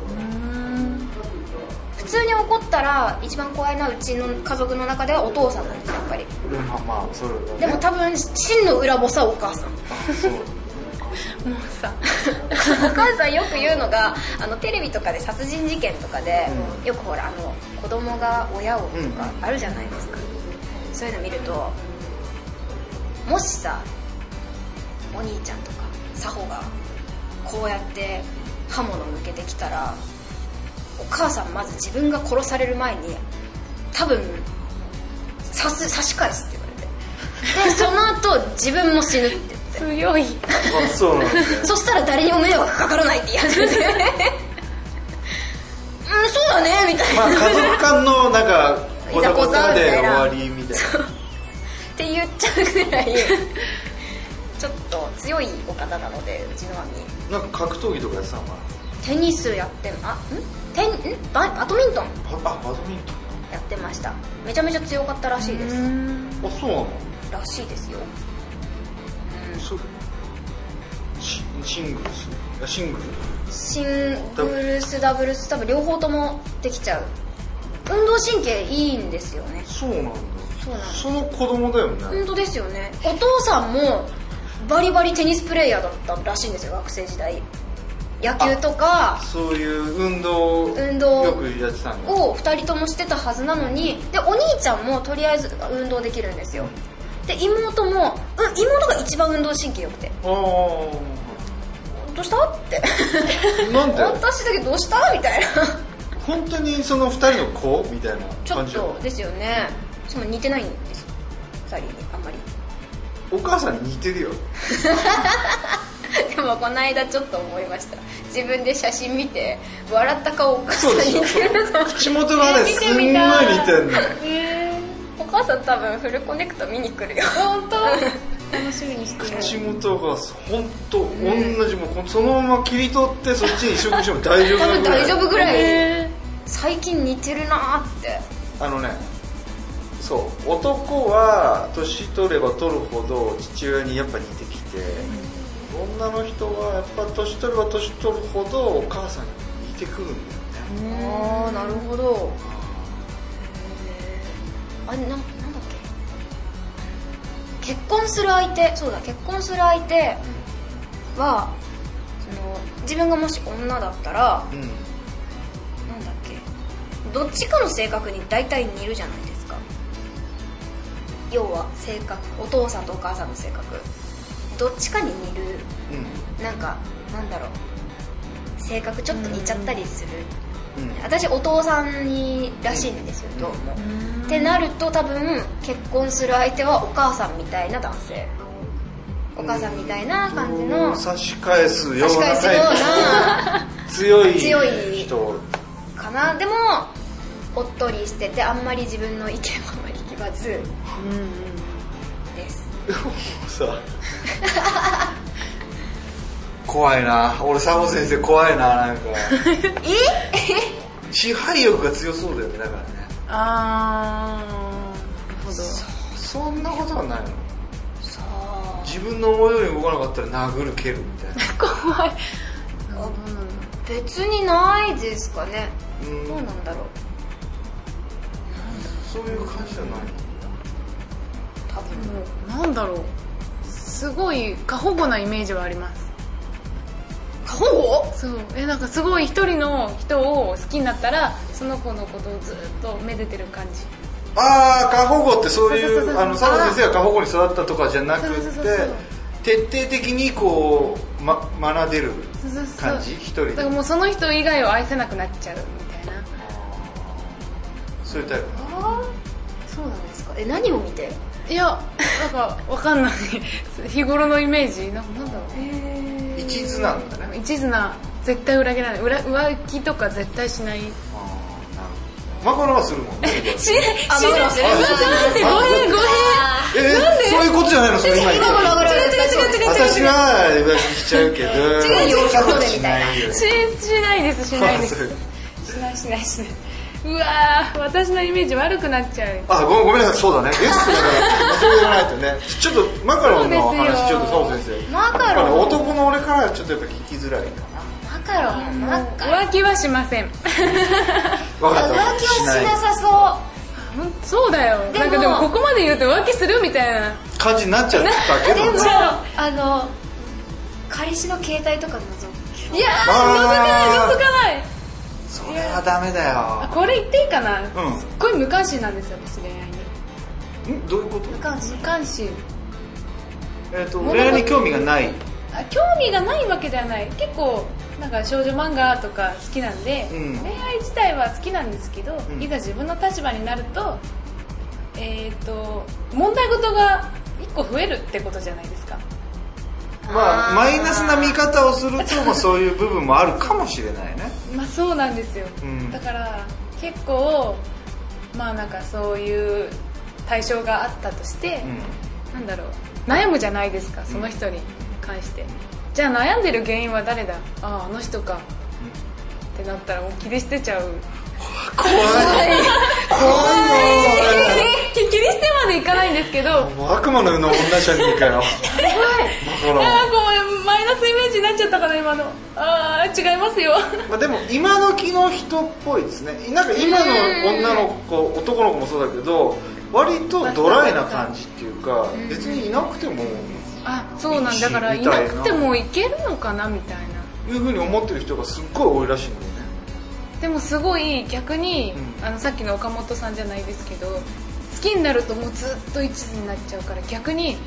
普通に怒ったら一番怖いのはうちの家族の中ではお父さんなんですやっぱり
うんまあまあそれ
で
だ
も
ね
多分真の裏ボスはお母さん
そう
もうさ
お母さんよ く言うのがあのテレビとかで殺人事件とかで、よくほらあの子供が親をとかあるじゃないですか、そういうの見るともしさお兄ちゃんとか作法がこうやって刃物向けてきたらお母さんまず自分が殺される前に多分刺す刺し返すって言われてでその後自分も死ぬって言って
強い
あそうなんだよ
そしたら誰にも迷惑かからないって言い始めてうんそうだねみたいな、
まあ家族間のなんかごたごた
いざこざみたい
で終
な
わりみたいな
って言っちゃうぐらいちょっと強いお方なのでうちの兄
なんか格闘技とかやってたのかな
テニスやってあんテンんババドミントン
あバドミント
やってましためちゃめちゃ強かったらしいです
ンあそうなの
らしいですよ
そうシシングルスあシングル
シングルスダブルス多分両方ともできちゃう運動神経いいんですよね
そうなんだ
そうなの
その子供だよね
本当ですよねお父さんもバリバリテニスプレーヤーだったらしいんですよ学生時代野球とか
そういう運動を
運動
よくやってたの
を2人ともしてたはずなのにでお兄ちゃんもとりあえず運動できるんですよで妹もう妹が一番運動神経良くて「
あ
どうした?」って
あな
「
んで
私だけどうした?」みたいな
本当にその二人の子みたいな
ちょ
感
っ
じだ
とですよねしかも似てないんですよ2人にあんまり
お母さんに似てるよ
でもこの間ちょっと思いました自分で写真見て笑った顔お母さんに似てるの
口元がね
見
す
て
んごい
み
似
たい
てんの
お母さん多分フルコネクト見に来るよ
本当楽しみにしてる
口元が本当同じもうこのそのまま切り取ってそっちに移植しても大丈夫
多
な
分
ぐらい
大丈夫ぐらい
へ
最近似てるなーって
あのねそう男は年取れば取るほど父親にやっぱ似てきて女の人はやっぱ年取れば年取るほどお母さんに似てくるんだよ
あ
ね
あなるほどあれななんだっけ結婚する相手そうだ結婚する相手はその自分がもし女だったら
うん
なんだっけどっちかの性格に大体似るじゃないですか要は性格お父さんとお母さんの性格どっちかに似るなんかなんだろう性格ちょっと似ちゃったりする、
うんうん
私お父さんにらしいんですよどうも、ってなると多分結婚する相手はお母さんみたいな男性お母さんみたいな感じの差
差し返すような
し返すような
強い
強い
人
かなでもおっとりしててあんまり自分の意見はあまり聞かずです
さ怖いな俺佐保先生怖いな なんか支配欲が強そうだよねだからね
あーなるほど
そんなことはないの
さあ
自分の思い通りに動かなかったら殴る蹴るみたいな
怖い
別にないですかね
うん
どうなんだろう
そういう感じじゃない
多分
もうなんだろうすごい過保護なイメージはあります
過保護
そうえなんかすごい一人の人を好きになったらその子のことをずっとめでてる感じ
ああ過保護ってそうい
そうそうそう
う
そう
あの佐保先生が過保護に育ったとかじゃなくて
そうそうそうそう
徹底的にこう、ま、学べる
そうそうそう
感じ一人
だ
で
からもうその人以外を愛せなくなっちゃうみたいな
そういうタイプ
そうなんですか
え何を見て
いやなんかわかんない日頃のイメージなんかなんだろ
一途なんだね
う一途な絶対裏切らない裏浮気とか絶対しな
あ
い
ーなるほどマコロはするもんね
しない
あマグロする
あ
ごめんごめん
あ
えそういうことじゃないのそれ今言ってる
違う違う違う違う
私はしちゃうけど
違う違う
そんなことしないよ
ししないですしないですしないしないしないうわー私のイメージ悪くなっちゃう
あごめんごめんなさいそうだねゲストだからそう言わないとねちょっとマカロンの話ち
そ
ょ
う
っ
で
と
す
サボ
よ
先生
マカロン
やっぱね男の俺からはちょっとやっぱ聞きづらいか
マカロンマカロン
浮気はしません
なわかっ
浮
た
気はしな
ない
さそ
ほんそうだよ
でも
なんかでもここまで言うと浮気するみたいな
感じになっちゃった
うで
け
も
ど
あの彼氏の携帯とかのぞ
いやー
あー
覗かない覗か
それはダメだ
ない
よ
これ言っていいかな、
うん
すっごい無関心なんですよ私恋愛に
んどういうこと
無関心
無関心
えっと恋愛に興味がない
あ興味がないわけじゃない結構なんか少女漫画とか好きなんで、
うん
恋愛自体は好きなんですけど、
ん
いざ自分の立場になるとえっ、と問題事が1個増えるってことじゃないですか
ま
あ
あ
ー
マイナスな見方をすると、まあ、そういう部分もあるかもしれないね
まあそうなんですよ、
うん
だから結構まあなんかそういう対象があったとして、なんだろう悩むじゃないですかその人に関して、じゃあ悩んでる原因は誰だあああの人か、ってなったらもう切り捨てちゃう
怖い怖
切り捨てまでいかないんですけどあ
いもう悪魔のような女社人 かよだから、
あごめんマイナスイメージになっちゃったかな今のああ違いますよ
まあ、でも今時の人っぽいですねなんか今の女の子男の子もそうだけど割とドライな感じっていうか別にいなくても
あそうなんだから
い
い
いみた
ない
な
くてもいけるのかなみたいな
いうふうに思ってる人がすっごい多いらしいんだよね
でもすごい逆に、
うん
あのさっきの岡本さんじゃないですけど好きになるともうずっと一途になっちゃうから逆に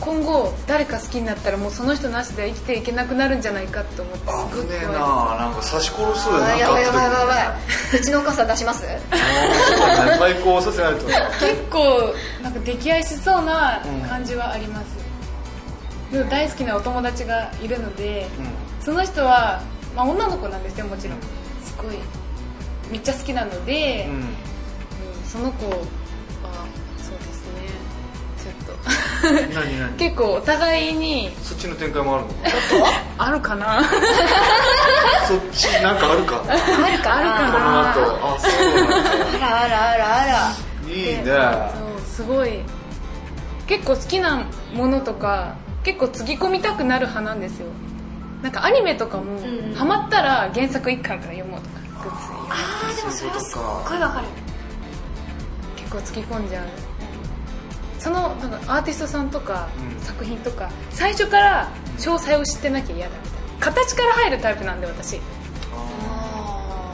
今後誰か好きになったらもうその人なしで生きていけなくなるんじゃないかと思って
あ
すごい
危ねえ
怖い
ななんか刺し殺しそうだ
あ
よ
やばいやばいやばいや
なんかあっ
ばいうちのお母さん出します
た時最高させられた
結構なんか溺愛しそうな感じはあります、でも大好きなお友達がいるので、その人は、まあ、女の子なんですよもちろんすごいめっちゃ好きなので、
うん、うん
うんその子はそうですねちょっと
何何
結構お互いに
そっちの展開もあるの
あるかな
そっちなんかあるかこ
あるか
あるか
の
な
後あそうなんだ
あらあらあらあら
いいね
そうすごい結構好きなものとか結構つぎ込みたくなる派なんですよなんかアニメとかも、
ん
ハマったら原作一巻から読もうとかグッズ読もう
あーでもそれはすっごいわかる
結構つぎ込んじゃうそのなんかアーティストさんとか、
うん
作品とか最初から詳細を知ってなきゃ嫌だみたいな形から入るタイプなんで私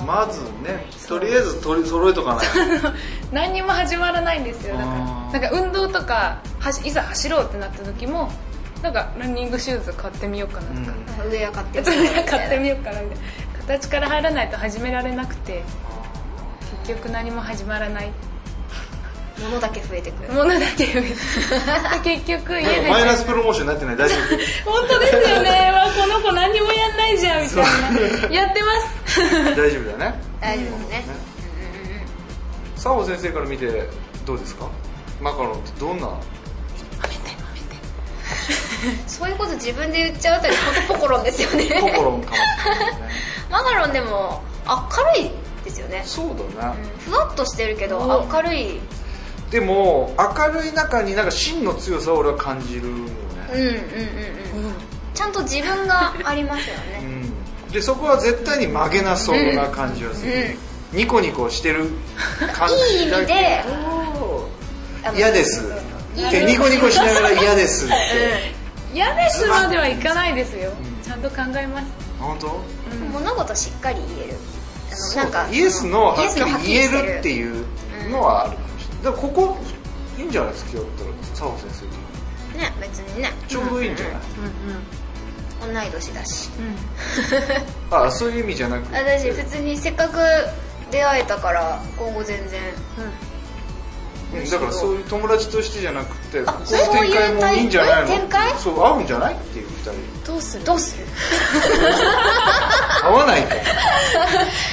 まずねとりあえず取り揃えとかないと
何にも始まらないんですよだ
あ
か
ー
らなんか運動とかはしいざ走ろうってなった時もなんかランニングシューズ買ってみようかなとか、
うん
なんかウェア買って
ちょっとね買ってみようかなみたいな形から入らないと始められなくて結局何も始まら ない
物だけ増えてくる
ものだけ見て結局家で
マイナスプロモーションになってない大丈
本当です よねわこの子何もやんないじゃんみたいなやっ てます
夫大丈夫だね
大丈夫ね
佐保先生から見てどうですかマカロンってどんな
そういうこと自分で言っちゃうあたり本当ポコロンですよね
心かもしれないね
マカロンでも明るいですよね
そうだね
ふわっとしてるけど明るい
でも明るい中になんか芯の強さを俺は感じるよ
うん
ね
うんうんうんちゃんと自分がありますよ
う
ね
んでそこは絶対に曲げなそうな感じはする、ニコニコしてる感
いい意
じだ
味
け
で
ど
あの
嫌ですってニコニコしながら嫌ですって
嫌ですまではいかないですよちゃんと考えます
本当
物事しっかり言えるあのなんか
イエスのは
イエ
っ
ス
き
にはっき
り
り
言
して
えるっていうのはあるかもしれないだからここいいんじゃない付き合ったら佐保先生と
ね別にね
ちょうどいいんじゃない、
同い年だし
あそういう意味じゃなくて
私普通にせっかく出会えたから今後全然
うんだからそういう友達としてじゃなくてこ
あ
この展開もいいんじゃないの
そういうタイプ展開
そう合うんじゃないっていう二人
どうする
どうする
合わないか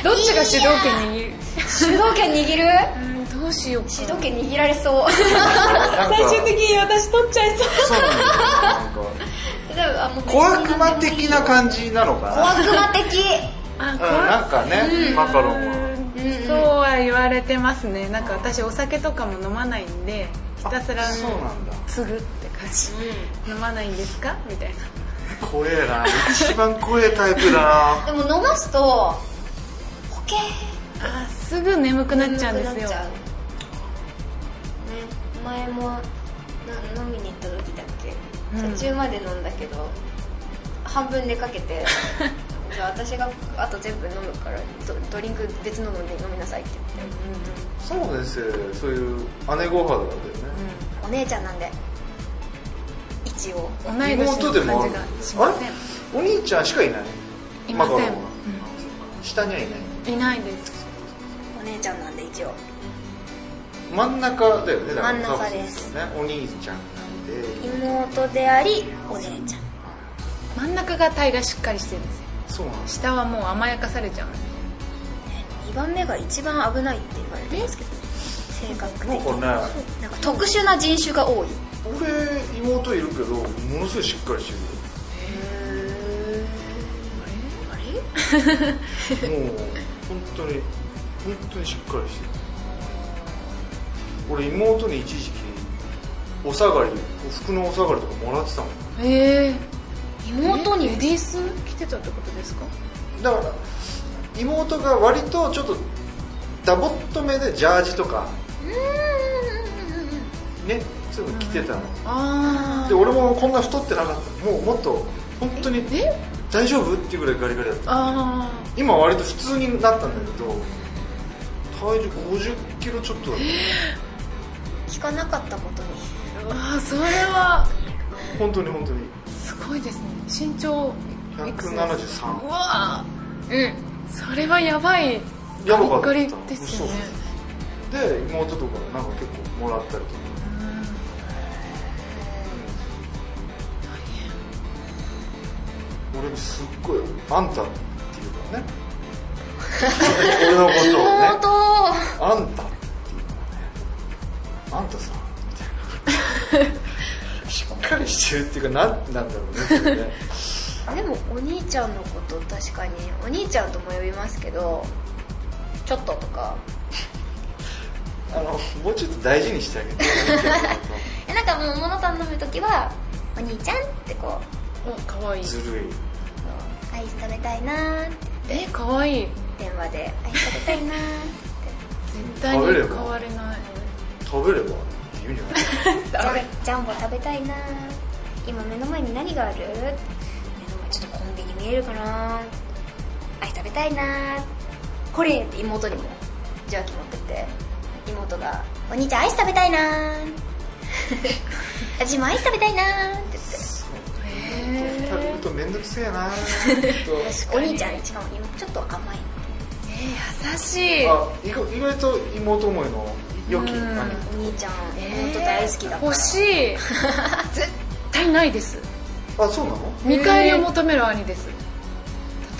どっちが主導権握る
主導権握る
うんどうしよう
主導権握られそう
なんか
最終的に私取っちゃいそう
そうなんですよなんか
あもう
小悪魔的な感じなのか
小
な
悪魔的
あ
うんなんかねマカロンは
そうは言われてますねなんか私お酒とかも飲まないんでひたすら
あそうなんだ
継ぐって感じ飲まないんですかみたいな
怖えな一番怖えタイプだな
でも飲ますと保険
あすぐ眠くなっちゃうんですよ
ね前もな飲みに行った時だっけ、
うん
途中まで飲んだけど半分寝かけ てじゃあ私があと全部飲むからドドリンク別の飲んで飲みなさいって言って、
そうですよそういう姉御肌だよね
お姉ちゃんなんで一応
同い年の
妹でもあ
感
る
じがし
あ
ません
れお兄ちゃんしかいない
いません
マカロンは下にはいない
いないです
お姉ちゃんなんで一応
真ん中だよねだから
真ん中で
多分そうで
す
すよねお兄ちゃんなんで
妹でありお姉ちゃん
真ん中が体がしっかりしてるんですよ
そうなんです
下はもう甘やかされちゃう
2番目が一番危ないって言われてますけど性格的
なん
に
かね
なんか特殊な人種が多い
俺妹いるけどものすごいしっかりしてるよ
あれ
もう本当に本当にしっかりしてる俺妹に一時期お下がり服のお下がりとかもらってたもん
ええ
妹に
レディース着てたってことですか
だから妹が割とちょっとダボっとめでジャージとかねそういうの着てたの、
あ
で俺もこんな太ってなかったもうもっと本当に
え
大丈夫っていうぐらいガリガリだった
あ
今割と普通になったんだけど体重50キロちょっとだった
聞かなかったことに
ーあそれは
本当に本当に
すごいですね身長いくつですか
173
うわ
うん
ーそれはやばい
やばかった
ガリガリですよね
で妹とかなんか結構もらったりとか俺もすっごい「あんた」って言うからね俺のことをね「
妹
あんた」って言うからね「あんたさ」みたいなしっかりしてるっていうかなんなんだろうねってね
あ でもお兄ちゃんのこと確かにお兄ちゃんとも呼びますけどちょっととか
あのもうちょっと大事にしてあげて
えなんかもう物頼む時はお兄ちゃんってこ
おかわいい
ずるいう
アイス食べたいなーって
えかわいい
電話でアイス食べたいなー
絶対に
食べれば
変われない
食べればって言うんじゃない
ジャンジャンボ食べたいな今目の前に何がある目の前ちょっとコンビニ見えるかなアイス食べたいなこれって妹にもジャーキー持ってって妹が「お兄ちゃんアイス食べたいな私もアイス食べたいな」って
へ
食べると面倒くせえ な
言ってお兄ちゃん一番ちょっと甘い
え優しい
あ意外意外と妹思いの良き
うん
何
お兄ちゃん本
本
当
当
大好きだから
欲しい 絶対ないです
あそうなの
見返りを求める兄です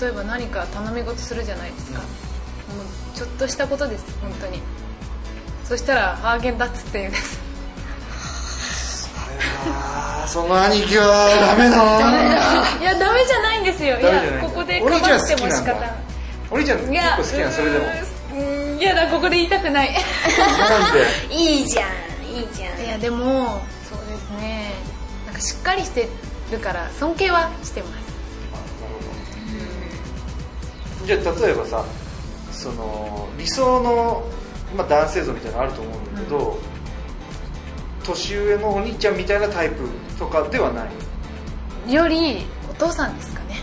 例えば何か頼み事するじゃないですか、もうちょっとしたことです本当にそしたらハーゲンダッツって言うんです
ああその兄貴はダメだない
やダメじゃないんですよい
ダメじゃない
やここで
俺
か
じゃ
ば
あ
って
好き
も
な
仕
ん
方
だ俺ちゃん結
い
構
や
好きなのそれでも
うーんいやだここで言いたくないい
なんで
いいじゃんいいじゃん
やでもそうですねなんかしっかりしてるから尊敬はしてます
じゃあ例えばさその理想の、まあ、男性像みたいなのあると思うんだけど、年上のお兄ちゃんみたいなタイプとかではない
よりお父さんですかね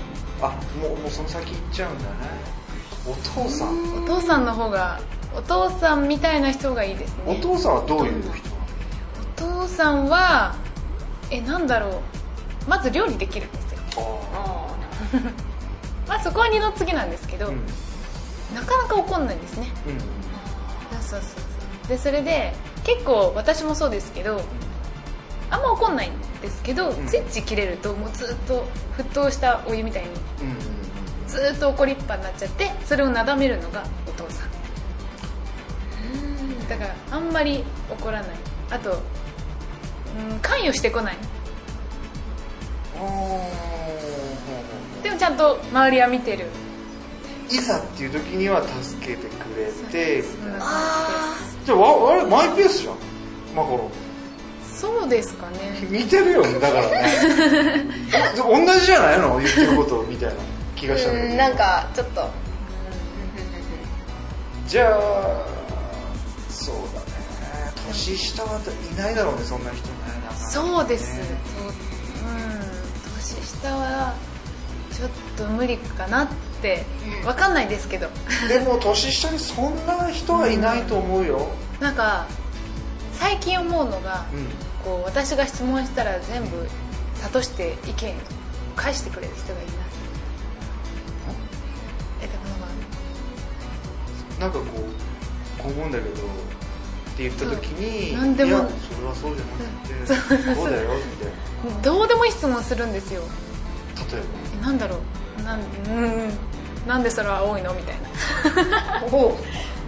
あもうもうその先行っちゃうんだねお父さん
お父さんの方がお父さんみたいな人がいいですね
お父さんはどういう人なの
お父さんはえなんだろうまず料理できるんですよ
あ
あ
まあそこは二の次なんですけ
あ
ど、
うんうん
なかなか怒んないんですねそうそうそうそうでそれで結構私もそうですけどあんま怒んないんですけど、
ん
スイッチ切れるともうずっと沸騰したお湯みたいに
うんうん
ずっと怒りっぱになっちゃってそれをなだめるのがお父さんだからあんまり怒らないあと、うん、関与してこないでもちゃんと周りは見てる
いざっていう時には助けてくれてみたいな
あ
じゃあわあれマイペースじゃんマコロ
そうですかね
似てるよねだからね同じじゃないの言ってることみたいな気がしたんだけ
ーう
ど
んなんかちょっと
じゃあそうだね年下はいないだろうねそんな人ねなかなかね
そうです、そううん年下はちょっと無理かなってわかんないですけど
でも年下にそんな人はいないと思うよ
なんか最近思うのが、こう私が質問したら全部諭して意見返してくれる人がいいなえでもなんか
なんかこうこう思うんだけどって言った時に
そうなんでも
いやそれはそうじゃなくてこうだよみたいな
どうでもいい質問するんですよ
例え
えなんだろうなんうんなんでそれは多いのみたいな
ば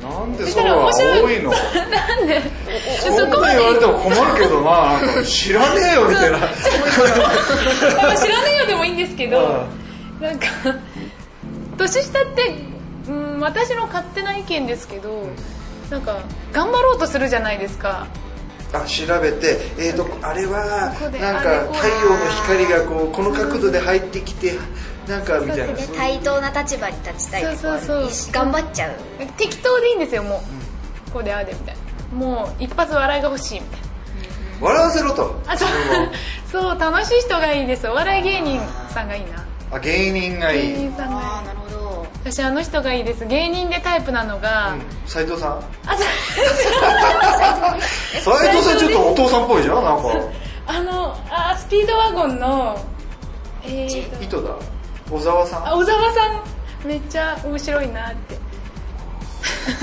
なんでそれは多いの
なんで
そんな言われても困るけどななんか知らねえよみたいな
まあ知らねえよでもいいんですけど
あ
なんか年下って、うん、私の勝手な意見ですけどなんか頑張ろうとするじゃないですか
あ調べて、えー、とあれは
ここで
なん
あれ
か
こうだ
太陽の光がこうこの角度で入ってきてなんかみたいな
で
そういう
対等な立場に立ちたいってこ
そうそうそう
頑張っちゃう
適当でいいんですよもう、こうでああでみたいなもう一発笑いが欲しいみたいな
笑わせろと
あそう そう楽しい人がいいですお笑い芸人さんがいいな
あ芸人が
芸
いい
人さんがいい
なるほど
私あの人がいいです芸人でタイプなのが、
斎藤さん
あそう
斎藤さんちょっとお父さんっぽいじゃんなんか
あのあスピードワゴンのえーと
糸だ小沢さん
あ小沢さんめっちゃ面白いなって
ち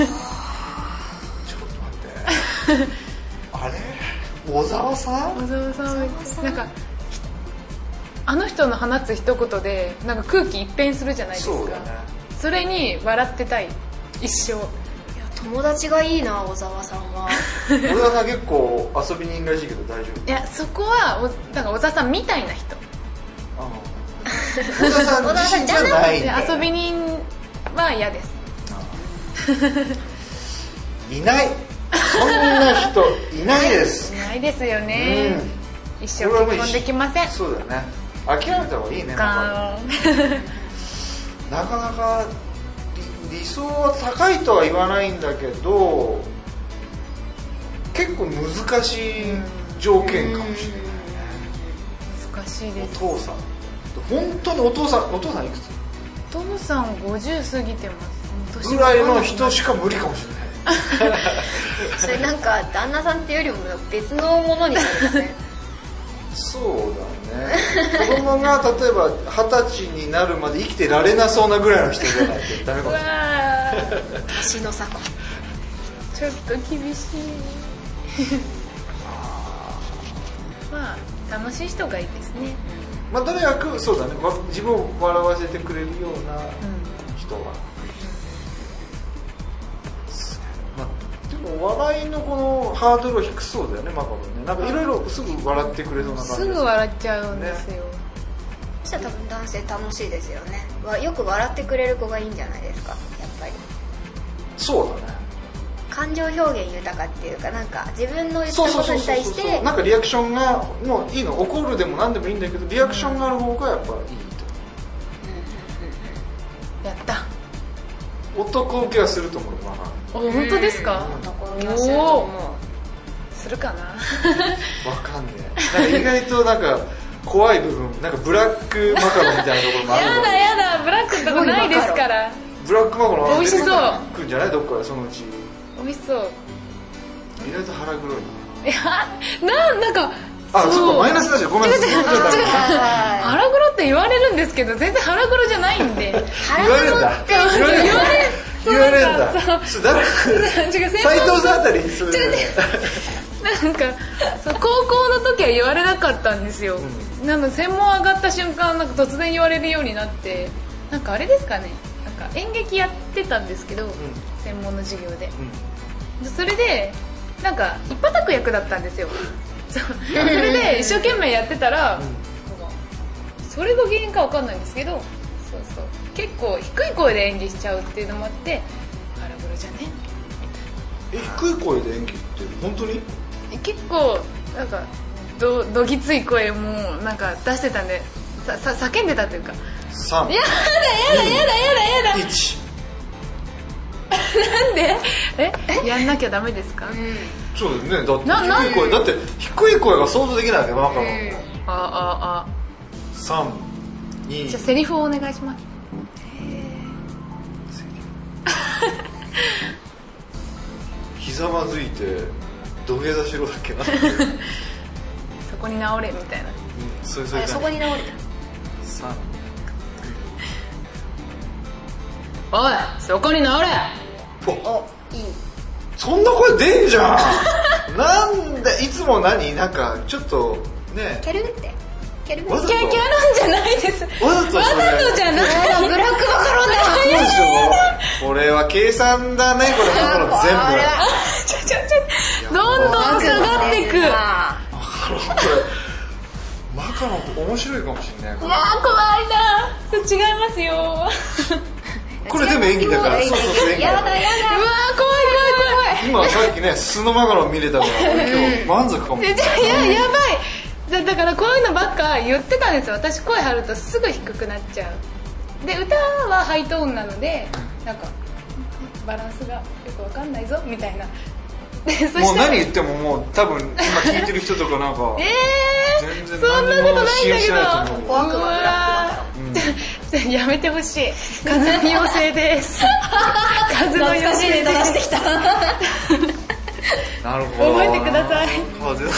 ょっと待 ってあれ小沢さん
小沢さんなんかひあの人の放つ一言でなんか空気一変するじゃないですか
そうだね
それに笑ってたい一生
いや友達がいいな小沢さん は
小沢さん結構遊び人らしいけど大丈
いやそこはおなんか小沢さんみたいな人
夫 あの小沢さん自身じゃないん
で
だよ
遊び人は嫌です
いないそんな人いない です
いないですよね、一生
俺はもう
結婚できません
そうだね諦めた方がいいねな
か
かなか理理想は高いとは言わないんだけど結構難しい条件かもしれないね
難しいで
お父
す
さん本当にお父さんお父さんいくつ
トムさん50過ぎてます
ぐらいの人しか無理かもしれない
それなんか旦那さんっていうよりも別のものになるんで
そ
す ね
うだね子供が例えば二十歳になるまで生きてられなそうなぐらいの人じゃないとダメか
う
もしれない
わー
年の差婚
ちょっと厳しい まあ楽しい人がいいですね、
まあとにかくそうだねわ自分を笑わせてくれるような人は、まあ、でも笑いのこのハードルは低そうだよねマカロンねなんかいろいろすぐ笑ってくれそうな感じ
すぐ笑っちゃうんですよ、
そしたら多分男性楽しいですよねわよく笑ってくれる子がいいんじゃないですかやっぱり
そうだね
感情表現豊かっていうかなんか自分の言った
そうそう
こ
そ
と
う
に
そう
対
そ
し
う
て
なんかリアクションがもういいの怒るでも何でもいいんだけどリアクションがある方がやっぱいいと
やった
男受けはすると思うマカロン
お本当ですか
男の気がすると思う
する かな
わかんねえなんか意外となんか怖い部分なんかブラックマカロンみたいなところもある
やだやだブラックとかないですから
ブラックマカロン
美味しそう
くんじゃないどっかでそのうち
美味しそう
意外と腹黒いね
いやななんか
あそうかマイナスだじゃんごめんなさい
違う違う
そっちだ
腹黒って言われるんですけど全然腹黒じゃないんで
言われるんだ 言われるんだ言われるんだそうだ
違う先
斎藤さんあ
輩
たりそれだよね
なんかそう高校の時は言われなかったんですよ、なので専門上がった瞬間なんか突然言われるようになってなんかあれですかねなんか演劇やってたんですけど、専門の授業で、それでなんか一発悪役だったんですよそうそれ で一生懸命やってたら、それが原因かわかんないんですけどそうそう結構低い声で演技しちゃうっていうのもあって腹黒じゃね
え低い声で演技って本当に
結構なんかどどぎつい声もなんか出してたんでささ叫んでたというか
3
やだやだやだやだやだ
1
なんでえやんなきゃダメですか、
そうだよねだって
ななん
低い声だって低い声が想像できないわけよなんか
あああ
三二
じゃあセリフをお願いします
ひざまずいて土下座しろだっけな
そこに直れみたいな
そういうそういう
あそこ
感
に直れ
じ三
おいそこに直れ
お
たいい
そんな声出んじゃんなんでいつも何なんかちょっとね
キャルグってキャルグ
わざ
キャキャ
と
ランじゃないです
わざとそれ
わざとじゃな
ブラックマカロ
い
ンだ
そうでしょこれは計算だねこれだから全部
ちょちょちょど んどん下がってくわ
これマカロン面白いかもしれないこれ
あ怖いなそれ違いますようわ
これでも演技だからそうそうそう演技
や
だ
だ
から
や
怖い怖い
今さっきね素のマカロン見れたから俺今日満足かも
怖いえじゃあややばいじゃあだからこういうのばっか言ってたんですよ私声張るとすぐ低くなっちゃうで歌はハイトーンなのでなんかバランスがよくわかんないぞみたいなでそしたら
もう何言ってももう多分今聞いてる人とかなんか
え
全
ー、そ
然
んなことな
何に
いんだけど
も信用してないと思う
怖くはブラ
うわー やめてほしい風の妖精です風
懐
の
か
妖
しいネ
精
タ
で
出
す
してきた
なるほど
覚えてください
風の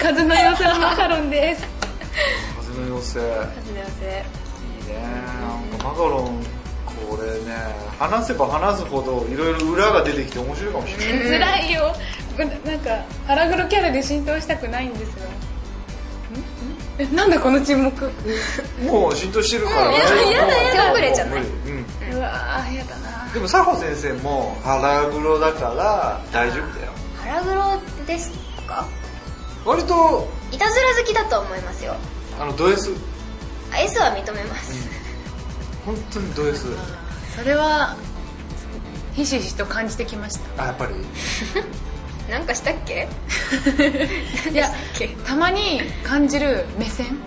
風の妖精のマカロンです
風の妖精
風の妖
いいねなんかマカロンこれね話せば話すほどいろいろ裏が出てきて面白いかもしれない
辛いよななんか腹黒キャラで浸透したくないんですよんんえなんだこの沈黙
もう浸透してるからね
うんや
も
だやだやだ
う
手遅れじゃない
もう無理うん
うわーやだな
でも佐保先生も腹黒だから大丈夫だよ
精腹黒ですか
割と
いたずら好きだと思いますよ
あのド S
あ S は認めます
本当にド S
それはひしひしと感じてきま した
あやっぱり
なんかしたっけ
いやたまに感じる目線
うん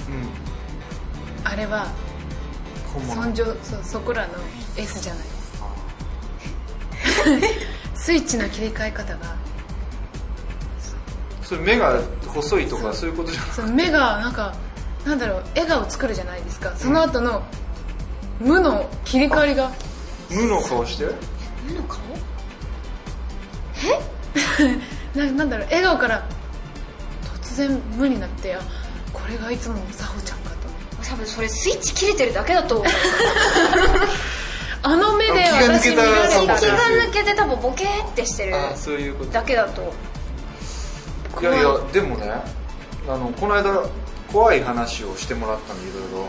あれは
本物
尊重そそこらの S じゃないです スイッチの切り替え方が
それ目が細いとかそういうことじゃない
その目がなんかなんだろう笑顔作るじゃないですかその後の無の切り替わりが
無の顔して
目の顔
ななんだろう笑顔から突然無になってあこれがいつものサホちゃんかと思って
多分それスイッチ切れてるだけだと思う
あの目で
あ気が抜
私
け
見
た
られ
サホ
た
ちゃん
気が抜けて多分ボケーってしてる
あそういうこと
だけだと
いやいやでもねあのこの間怖い話をしてもらったんでいろいろ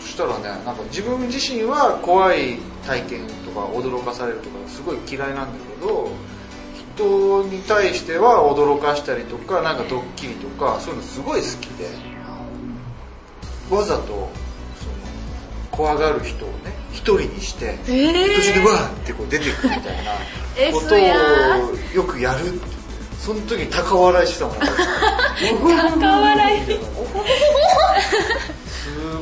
そしたらねなんか自分自身は怖い体験とか驚かされるとかすごい嫌いなんだけど人に対しては驚かしたりとかなんかドッキリとかそういうのすごい好きでわざとその怖がる人をね一人にして途
え
中で
ー、
わーってこう出てくるみたいな
え
こと
そうや
をよくやるってその時に高笑いしてたもん
高笑い
す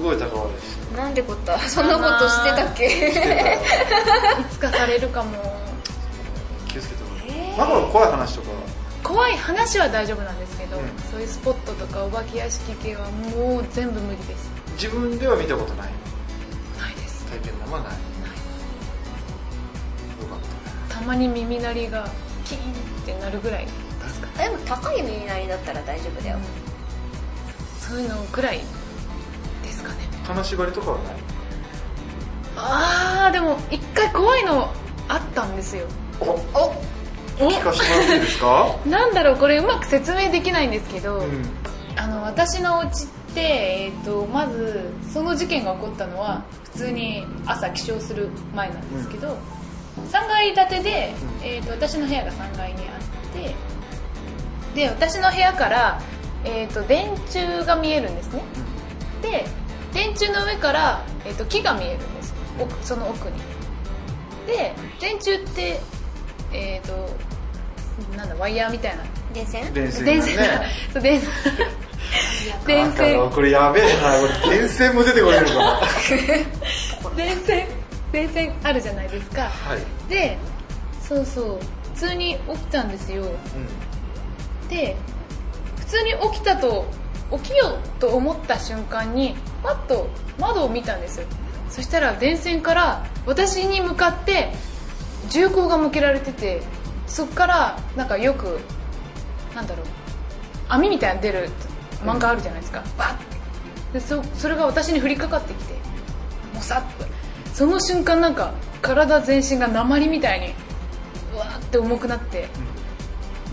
ごい高笑いして
なんでことそんなことしてたっけ
たよ
いつかされるかも
気をつけてもらマカロン怖い話とか
怖い話は大丈夫なんですけど、
うん
そういうスポットとかお化け屋敷系はもう全部無理です
自分では見たことない
ないです
体験談はないよかった
まに耳鳴りがキーンってなるぐらいですか
でも高い耳鳴りだったら大丈夫だよ
そういうのぐらいですかね
た金縛りとかはない
あーでも一回怖いのあったんですよ
おお聞かせてもらっていいですか
なんだろうこれうまく説明できないんですけど、
うん
あの私のお家って、えー、とまずその事件が起こったのは普通に朝起床する前なんですけど、 3階建てで、えー、と私の部屋が3階にあってで私の部屋から、えー、と電柱が見えるんですねで電柱の上から、えー、と木が見えるんです奥その奥にで電柱ってえっ、となんだワイヤーみたいな
電線
電線
電線
が
だ
ね
そう電線電
だから
線
これやべえなこれ電線も出てこれるからは
電線電線あるじゃないですか
い、
でそうそう普通に起きたんですよで普通に起きたと起きようと思った瞬間にパッと窓を見たんですよそしたら電線から私に向かって銃口が向けられててそっからなんかよくなんだろう網みたいなの出る漫画あるじゃないですか、バッてでそそれが私に降りかかってきてもさっとその瞬間なんか体全身が鉛みたいにうわーって重くなって、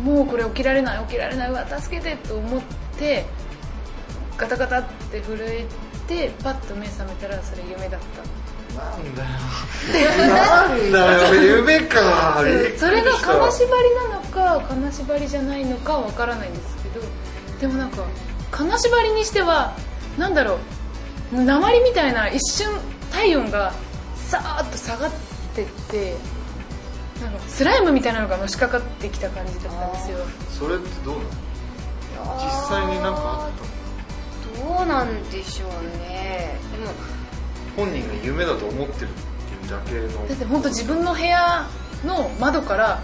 もうこれ起きられない起きられないうわ助けてと思ってガタガタって震えてパッと目覚めたらそれ夢だった
なんだよなんだよ夢か
それが金
い
縛りなのか金縛りじゃないのかわからないんですけどでもなんか金縛りにしてはなんだろう鉛みたいな一瞬体温がさーっと下がってってなんかスライムみたいなのがのしかかってきた感じだったんですよ
それってどうなの実際になんかあったの
どうなんでしょうねでも
本人が夢だと思ってるっていうだけの
だって本当自分の部屋の窓から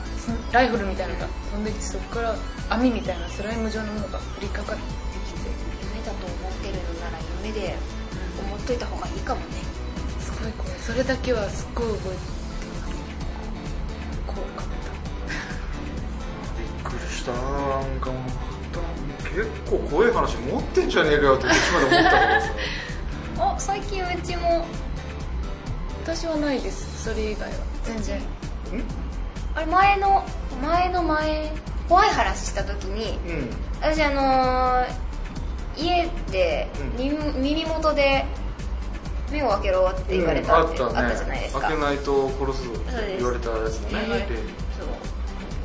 ライフルみたいなのが飛んできてそこから網みたいなスライム状のものが降りかかってきて
夢だと思ってるのなら夢で思っといた方がいいかもね
すごいこれそれだけはすっごい覚えてます怖かっ
びっくりしたなんかもう結構怖い話持ってんじゃねえかよってこっちまで思ったか らさ
あ最近うちも
た私はないですそれ以外は全然
あれ前の前の前怖い話した時に
うん
私あのー家で、
うん
耳耳元で目を開けろって言われたって、
うんあった
あ
ね
ったじゃないですか
開けないと殺すぞって言われたやつね
そうですそう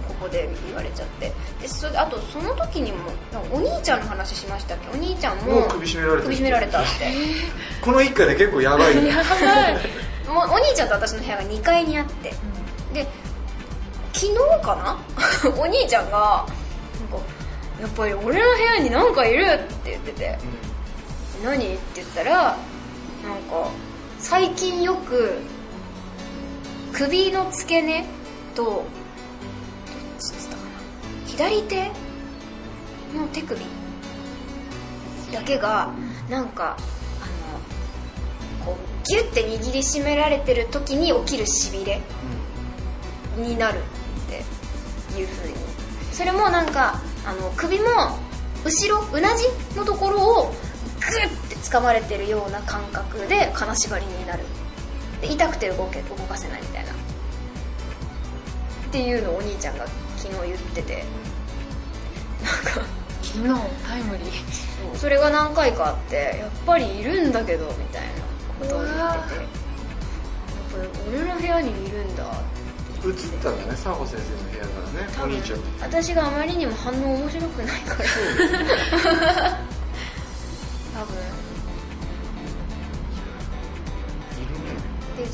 ここで言われちゃってでそれであとその時にもなんかお兄ちゃんの話しましたっけお兄ちゃんも
もう首絞められた
首絞められたって
この一家で結構やばいね
もうお兄ちゃんと私の部屋が2階にあって、で昨日かな お兄ちゃんがなんか「やっぱり俺の部屋になんかいる!」って言ってて「何?」って言ったらなんか最近よく首の付け根とどっちっつったかな左手の手首だけがなんかあのこうギュッて握りしめられてる時に起きるしびれになるっていう風にそれもなんかあの首も後ろうなじのところをグッて掴まれてるような感覚で金縛りになるで痛くて動け動かせないみたいなっていうのをお兄ちゃんが昨日言ってて
昨日タイムリー
それが何回かあってやっぱりいるんだけどみたいなことを言ってて
うわ
やっぱり俺の部屋にいるんだって
うん映ったんだね佐保先生の部屋
多
からねお
分
兄ちゃんに
私があまりにも反応面白くないから多分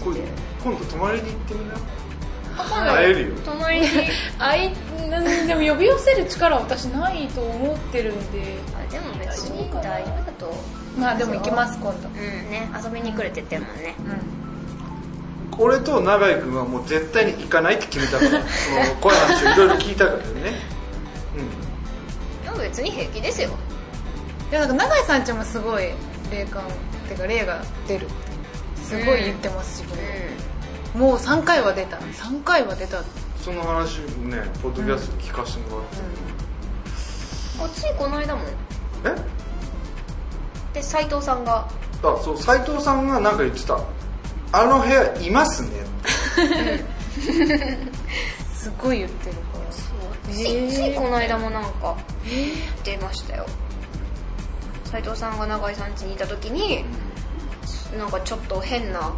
こう今度泊まりに行ってみな会
会
えるよ
泊まりに
あいうんでも呼び寄せる力私ないと思ってるんで
あでも別に大丈夫だと
まあでも行きます今度
うんね遊びに来るって言ってるもんね
うん
俺と永井君はもう絶対に行かないって決め たからその怖い話をいろいろ聞いたからね
でも別に平気ですよ
でなんか永井さんちもすごい霊感っていうか霊が出るすごい言ってます自分
う
で、
ん
もう3回は出た3回は出たって
うんその話ねポッドキャストで聞かせてもらって
あついこの間も
え
で斎藤さんが
あそう斎藤さんがなんか言ってたあの部屋いますね
すごい言ってるから
つ
へ
い
ー
ついこの間もなんか出ましたよ斎藤さんが永井さん家にいた時になんかちょっと変な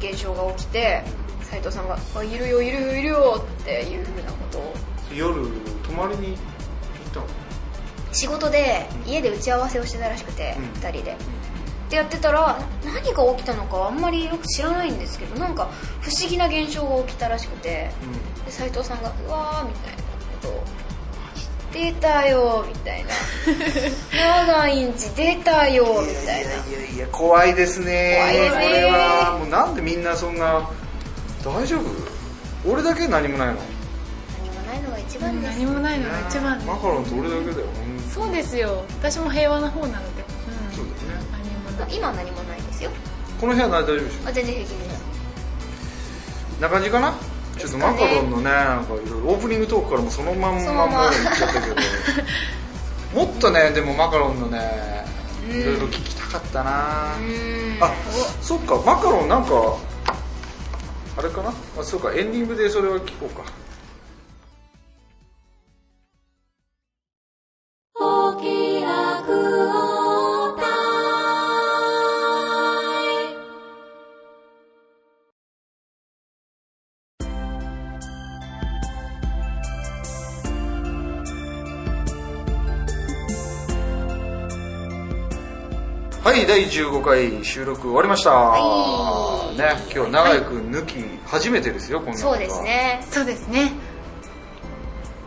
現象が起きて斎
斉藤さんが「あいるよいるよいるよ」っていうふうなことを
夜泊まりに行ったの
仕事で家で打ち合わせをしてたらしくて、
うん
2人で。でやってたら何が起きたのかはあんまりよく知らないんですけどなんか不思議な現象が起きたらしくて
うん
で斉藤さんが「うわー」みたいなことを「出たよ」みたいな「長いんち出たよ」みたいな
やいや怖いですね
怖いですね
これはもうなんでみんなそんな大丈夫俺だけ何もないの
何もないのが一
うん
番です
何もないのが一番です
マカロンと俺だけだよ本
そうですよ私も平和な方なので、
当そう
う
だよね
ん、何もない
今は何もないですよ
この部屋大丈夫でしょ
あ全然平気です
こんな感じかなちょっとマカロンのねなんかいろいろオープニングトークからもそのまん
そ
ま
のま
も
ま
う言っちゃったけど もっとねでもマカロンのね
うん
いろいろ聞きたかったな、
うん
あそっかマカロンなんかあれかなあそうかエンディングでそれは聞こうかはい第15回収録終わりました、
はい
ね今日永井君抜き初めてですよこんなこと
そ
は
うですね
そうですね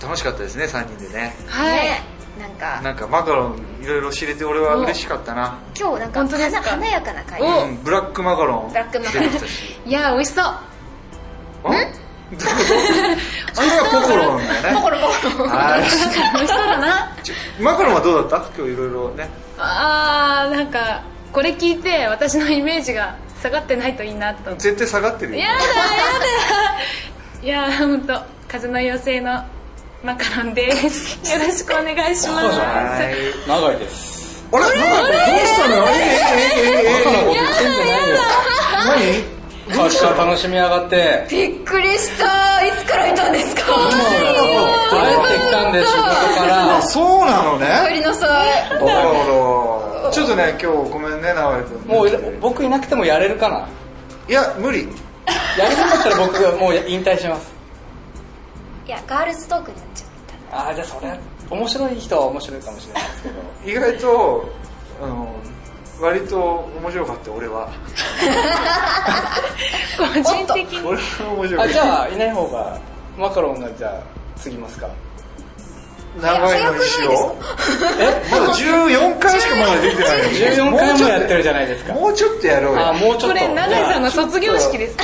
楽しかったですね3人でね
はい、
ねなんか
なんかマカロンいろいろ知れて俺は嬉しかったな、
今日なんか
本当ですか
華華やかな会
お
うんブラックマカロン
ブラックマカロン
出てきたし
いやー美味しそう ん
それはポコロンだよね
心心
はい
美味しそうだな
ちょマカロンはどうだった今日いろいろね
あーなんかこれ聞いて私のイメージが下がってないといいなと
絶対下がってるよ
やだやだいやーほんと風の妖精のマカロンです よろしくお願いします
はい
長いです。
あれマカロンどうしたのよえええええええ
バカなこ
え
と言ってんじゃないよ。会社楽しみやがって。
びっくりしたいつからいたんですか
帰ってきたんで仕事から
あ。そうなの
帰
ね
りなさい
だからちょっとね今日ごめんね直江君
もう僕いなくてもやれるかな。
いや無理
やれなかったら僕がもう引退します。
いやガールズトークになっちゃった
ああじゃあそれ面白い人は面白いかもしれないですけど。
意外とあの割と面白かった俺は
個人的に
俺は面白か
あ
っ
じ
た
ゃあいない方がマカロンがじゃあ継ぎますか。
長いのにしよう
え
まだ14回しかまだできてないのに
14回もやってるじゃないですか。
もうちょっとやろう
あ
よ
もうち
こ
ょっと。
れ永井さんの卒業式です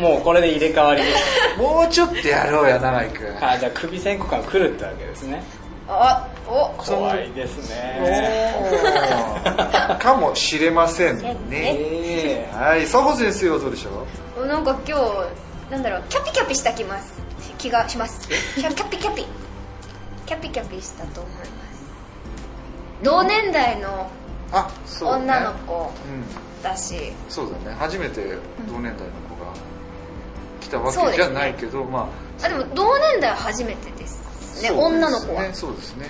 もうこれで入れ替わりです。
もうちょっとやろうや長井君
あじゃあ首線骨が来るってわけですね。
あお
怖いですね。
おーかもしれませんね
ええ
はい佐保先生はどうでしたか
おなんか今日なんだろうキャピキャピした気ます気がしますキャキャピキャピキャピキャピしたと思います同年代の
あそうだね
女の子
うん
だし
そうだね初めて同年代の子が来たわ
そう
け
です
じ
ね
ゃないけど、ま
あでも同年代は初めてです
あそうで
ね
す
女の子は
そうですね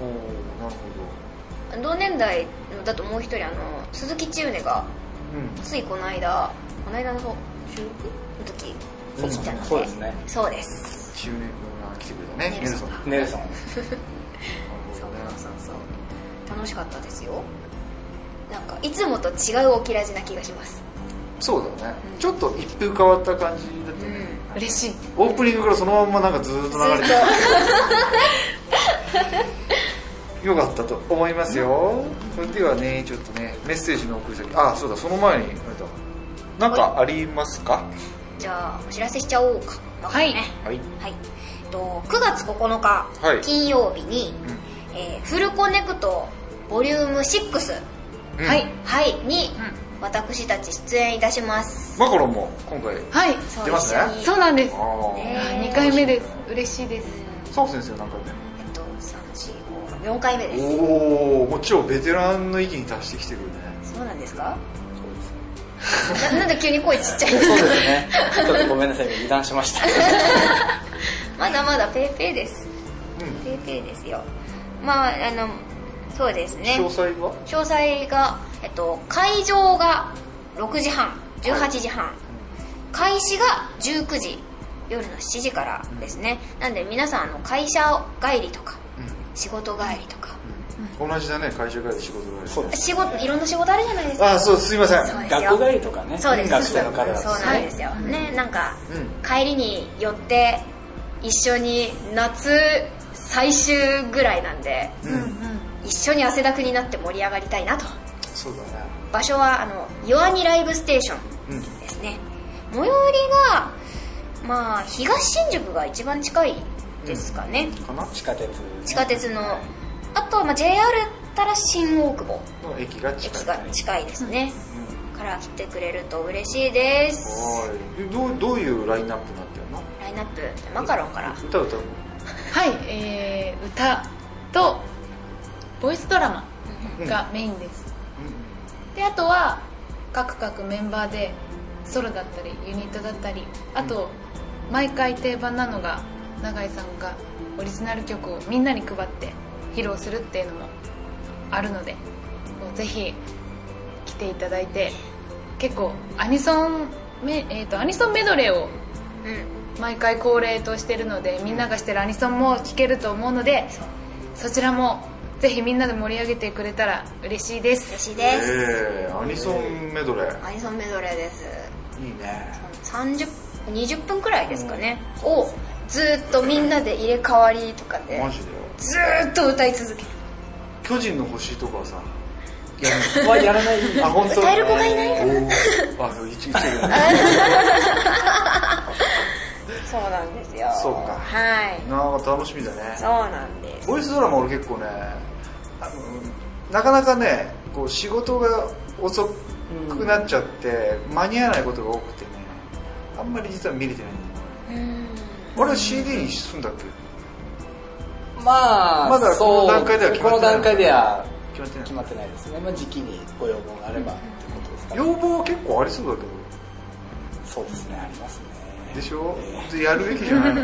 おおなるほ
同年代のだともう一人あの鈴木千畝が
どうん
ついこの間この間の収録の時
そう
来たので
そうですね
そうです
中年君が来てくれたね
ネ
ネ
ル
ル
ソ
ソ
ン
ン
が
ネルソン。
そうそうそう楽しかったですよなんかいつもと違うおきらじな気がします
そうだねちょっと一風変わった感じだったね、
嬉しい
オープニングからそのまんまなんかずーっと流れて
ず
るよかったと思いますよ、それではねちょっとねメッセージの送り先あそうだその前にあれだなんかありますか
じゃあお知らせしちゃおうか
はい
ね
はい
はいえっと9月9日、
はい
金曜日に、えーフルコネクトボリューム6、
うん
はい
はい、に、私たち出演いたします
マカロンも今回
はい
そう
出ますね
一緒
そうなんです
あー
ね
2回目です嬉しいです
佐藤先生なんかね
えっと3454回目です
おおもちろんベテランの域に達してきてるよね
そうなんですかななんで急に声ちっ ちゃいんです
そう
か
ですね。ちょっとごめんなさい、油断しました。
まだまだペーペーです
うん
ペーペーですよまああのそうですね
詳細は
詳細が、えっと、会場が6時半18時半、開始が19時夜の7時からですね、なんで皆さんあの会社帰りとか、仕事帰りとか、
同じだね会社帰り仕事帰り
そうです
仕事いろんな仕事あるじゃないですか
あそうすいません
そうですよ
学校帰りとかね
そうです
学生の方
そうなんですよ、ねなんか、
う
帰りに寄って一緒に夏最終ぐらいなんで、一緒に汗だくになって盛り上がりたいなと
そうだね
場所はあの弱にライブステーショ
うん
ンですね、最寄りがまあ東新宿が一番近いですかね、
かな
地下鉄
地下鉄のあとはまあ JR ったら新大久保
の駅が近い
駅が近いですね、から来てくれると嬉しいです
はいでどうどういうラインナップになってるの
ラインナップマカロンから
歌歌うの
はい、えー、歌とボイスドラマがメインです、であとは各各メンバーでソロだったりユニットだったりあと毎回定番なのが永井さんがオリジナル曲をみんなに配って披露するっていうのもあるのでもうぜひ来ていただいて結構アニソンめ、えー、とアニソンメドレーを
うん
毎回恒例としてるのでみんながしてるアニソンも聴けると思うのでそちらもぜひみんなで盛り上げてくれたら嬉しいです
嬉しいです、
えー、アニソンメドレー
アニソンメドレーです
いいね
30 20分くらいですかね、をずーっとみんなで入れ替わりとかで
マジで
ずーっと歌い続ける
巨人の星とかさ
はやらない
あ本当
歌える子がいない
おーあ一一人だね
そうなんですよ
そうか
はい
なんか楽しみだね
そうなんです
ボイスドラマ俺結構ねあのなかなかねこう仕事が遅くなっちゃって、間に合わないことが多くてねあんまり実は見れてないんだよ
うん
俺は CD にすんだっけ
まあ
まだこの
そう
段階では決まってない
この段階では
決まってない
決まってないですね、まあ、時期にご要望があればってことですかね
要望は結構ありそうだけど
そうですねありますね
でしょ
ええ
でやるべ きじゃないの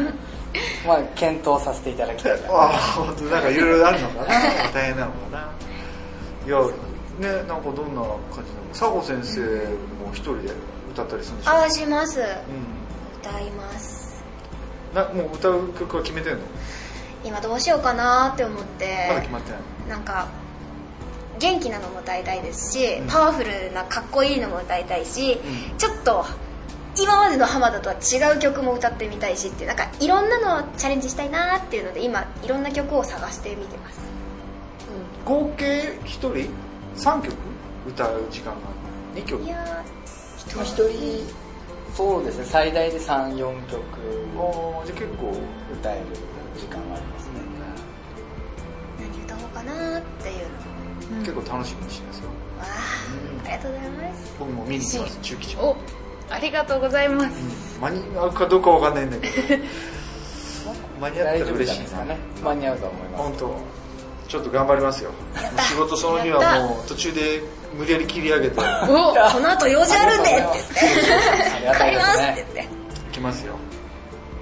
まあ検討させていただきたいな
ああ本当なんかいろいろあるのか な大変なのかないやねなんかどんな感じなの佐合先生も一人で歌ったりするんでしょ
ああします
う
歌います
んなもう歌う曲は決めてんの
今どうしようかなーって思っ
ま
て
だ決まってない
なんか元気なのも歌いたいですし、
うん
パワフルなかっこいいのも歌いたいし、
う
ちょっと今までの浜田とは違う曲も歌ってみたいしっていうなんかいろんなのをチャレンジしたいなっていうので今いろんな曲を探してみてます
合計1人3曲歌う時間が2曲
いや
まあ一人そうですね最大で34曲
ああじゃあ結構
歌える時間はありますね
ー何歌おうかなっていうの
結構楽しみにしてますよ
わあありがとうございます
僕も見に行きます中吉
おありがとうございます
間に合うかどうかわかんないんだ けど間に合ったら
大丈夫じ
嬉
ゃ
し
ない
い
です
な
かね間に合うと思います
本当ちょっと頑張り ますよ仕事その日はもう途中で無理やり切り上げて
お
この後用事あるんでって
ありがとう
帰
ござい
り
ま
ます
す
って
ありがとうございます
言って
きますよ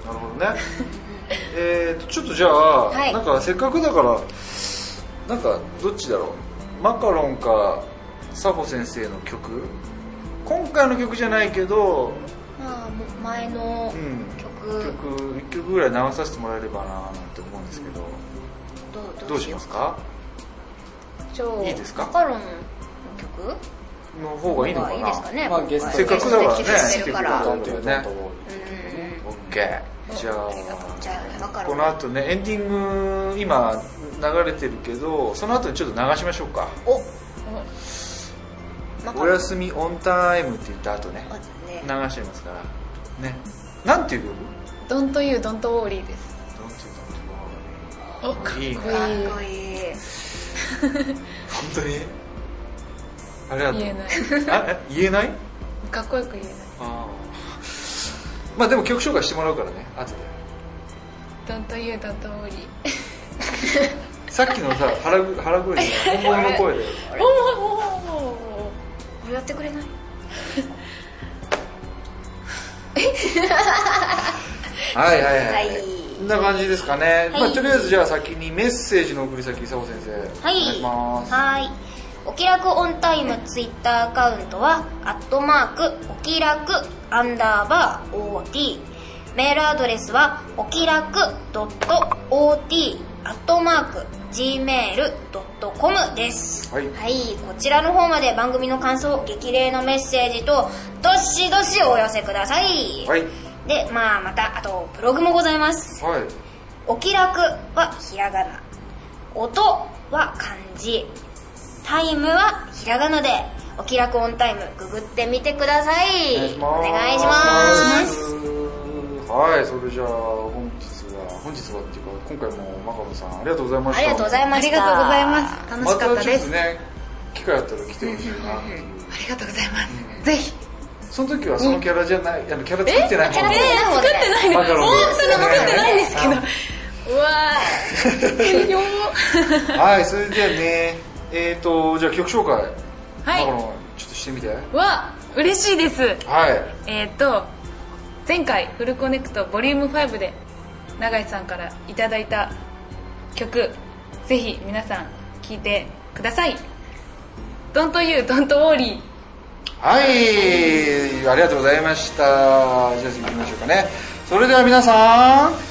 なるほど ねえーとちょっとじゃあ、
はい
なんかせっかくだからなんかどっちだろうマカロンかサホ先生の曲今回の曲じゃないけど、
まあもう前の
うん、
曲
曲1曲ぐらい流させてもらえればななんて思うんですけど、
どう
どうしますか
じゃあ
いいですか
マカロンの曲
の方がいいのかな
まあいいですかね
まあゲスト
せっかくだからね
ゲストで来てくれてるか
来
ら
てくれた
ど
ん
ん
だ
ど
よ
ん
ね
どんどん
うん
オッケーじゃあ
じゃあマカロ
こ
ン
の後ねエンディング今流れてるけどその後にちょっと流しましょうか
お
「おやすみオンタイム」って言った後ね
まず
流
ね
しちゃいますからねなんていう曲
「Don't You Don't Worry」ですおかっこいい
いいね
かっこいい
本当にありがとう
言えない
あえ言えない
かっこよく言えない
あーまあでも曲紹介してもらうからね後で
「Don't You Don't Worry
さっきのさ腹ぐ腹黒い本物の声で」
おお
これやってくれない
はいはいはい、
はい
こんな感じですかね、
はい
まあ、とりあえずじゃあ先にメッセージの送り先佐保先生お願いします
はい
おきらくオンタイムツイッターアカウントは、アットマーク、おきらく、アンダーバー、OT。メールアドレスは、おきらく .ot、アットマーク、gmail.com です。
はい
こちらの方まで番組の感想、激励のメッセージと、どしどしお寄せください。
はい
で、まあ、また、あと、ブログもございます。
はい
お気楽はひらがな音は漢字タイムはひらがなでお気楽オンタイムググってみてくださいお願いします
はいそれじゃあ本日は本日はっていうか今回もマカロンさんありがとうございました
ありがとうございま
あ
し
り
た
がとうございます楽しかった
またちょ
で
っと
す、
ね機会あったら来てほしいなっていう
ありがとうございますぜひ
その時はそのキャラじゃない、あのキャラ作ってない
キャラ作ってない
マカロンですね
ないんですけどうわ ーよー
はいそれではねえっ、ー、とじゃあ曲紹介
はい
マカロンちょっとしてみてはい
わ嬉しいです
はい
えっ、と前回フルコネクトボリューム5で永井さんからいただいた曲ぜひ皆さん聴いてください「Don't You Don't Worry
ありがとうございましたじゃあ次行きましょうかねそれでは皆さん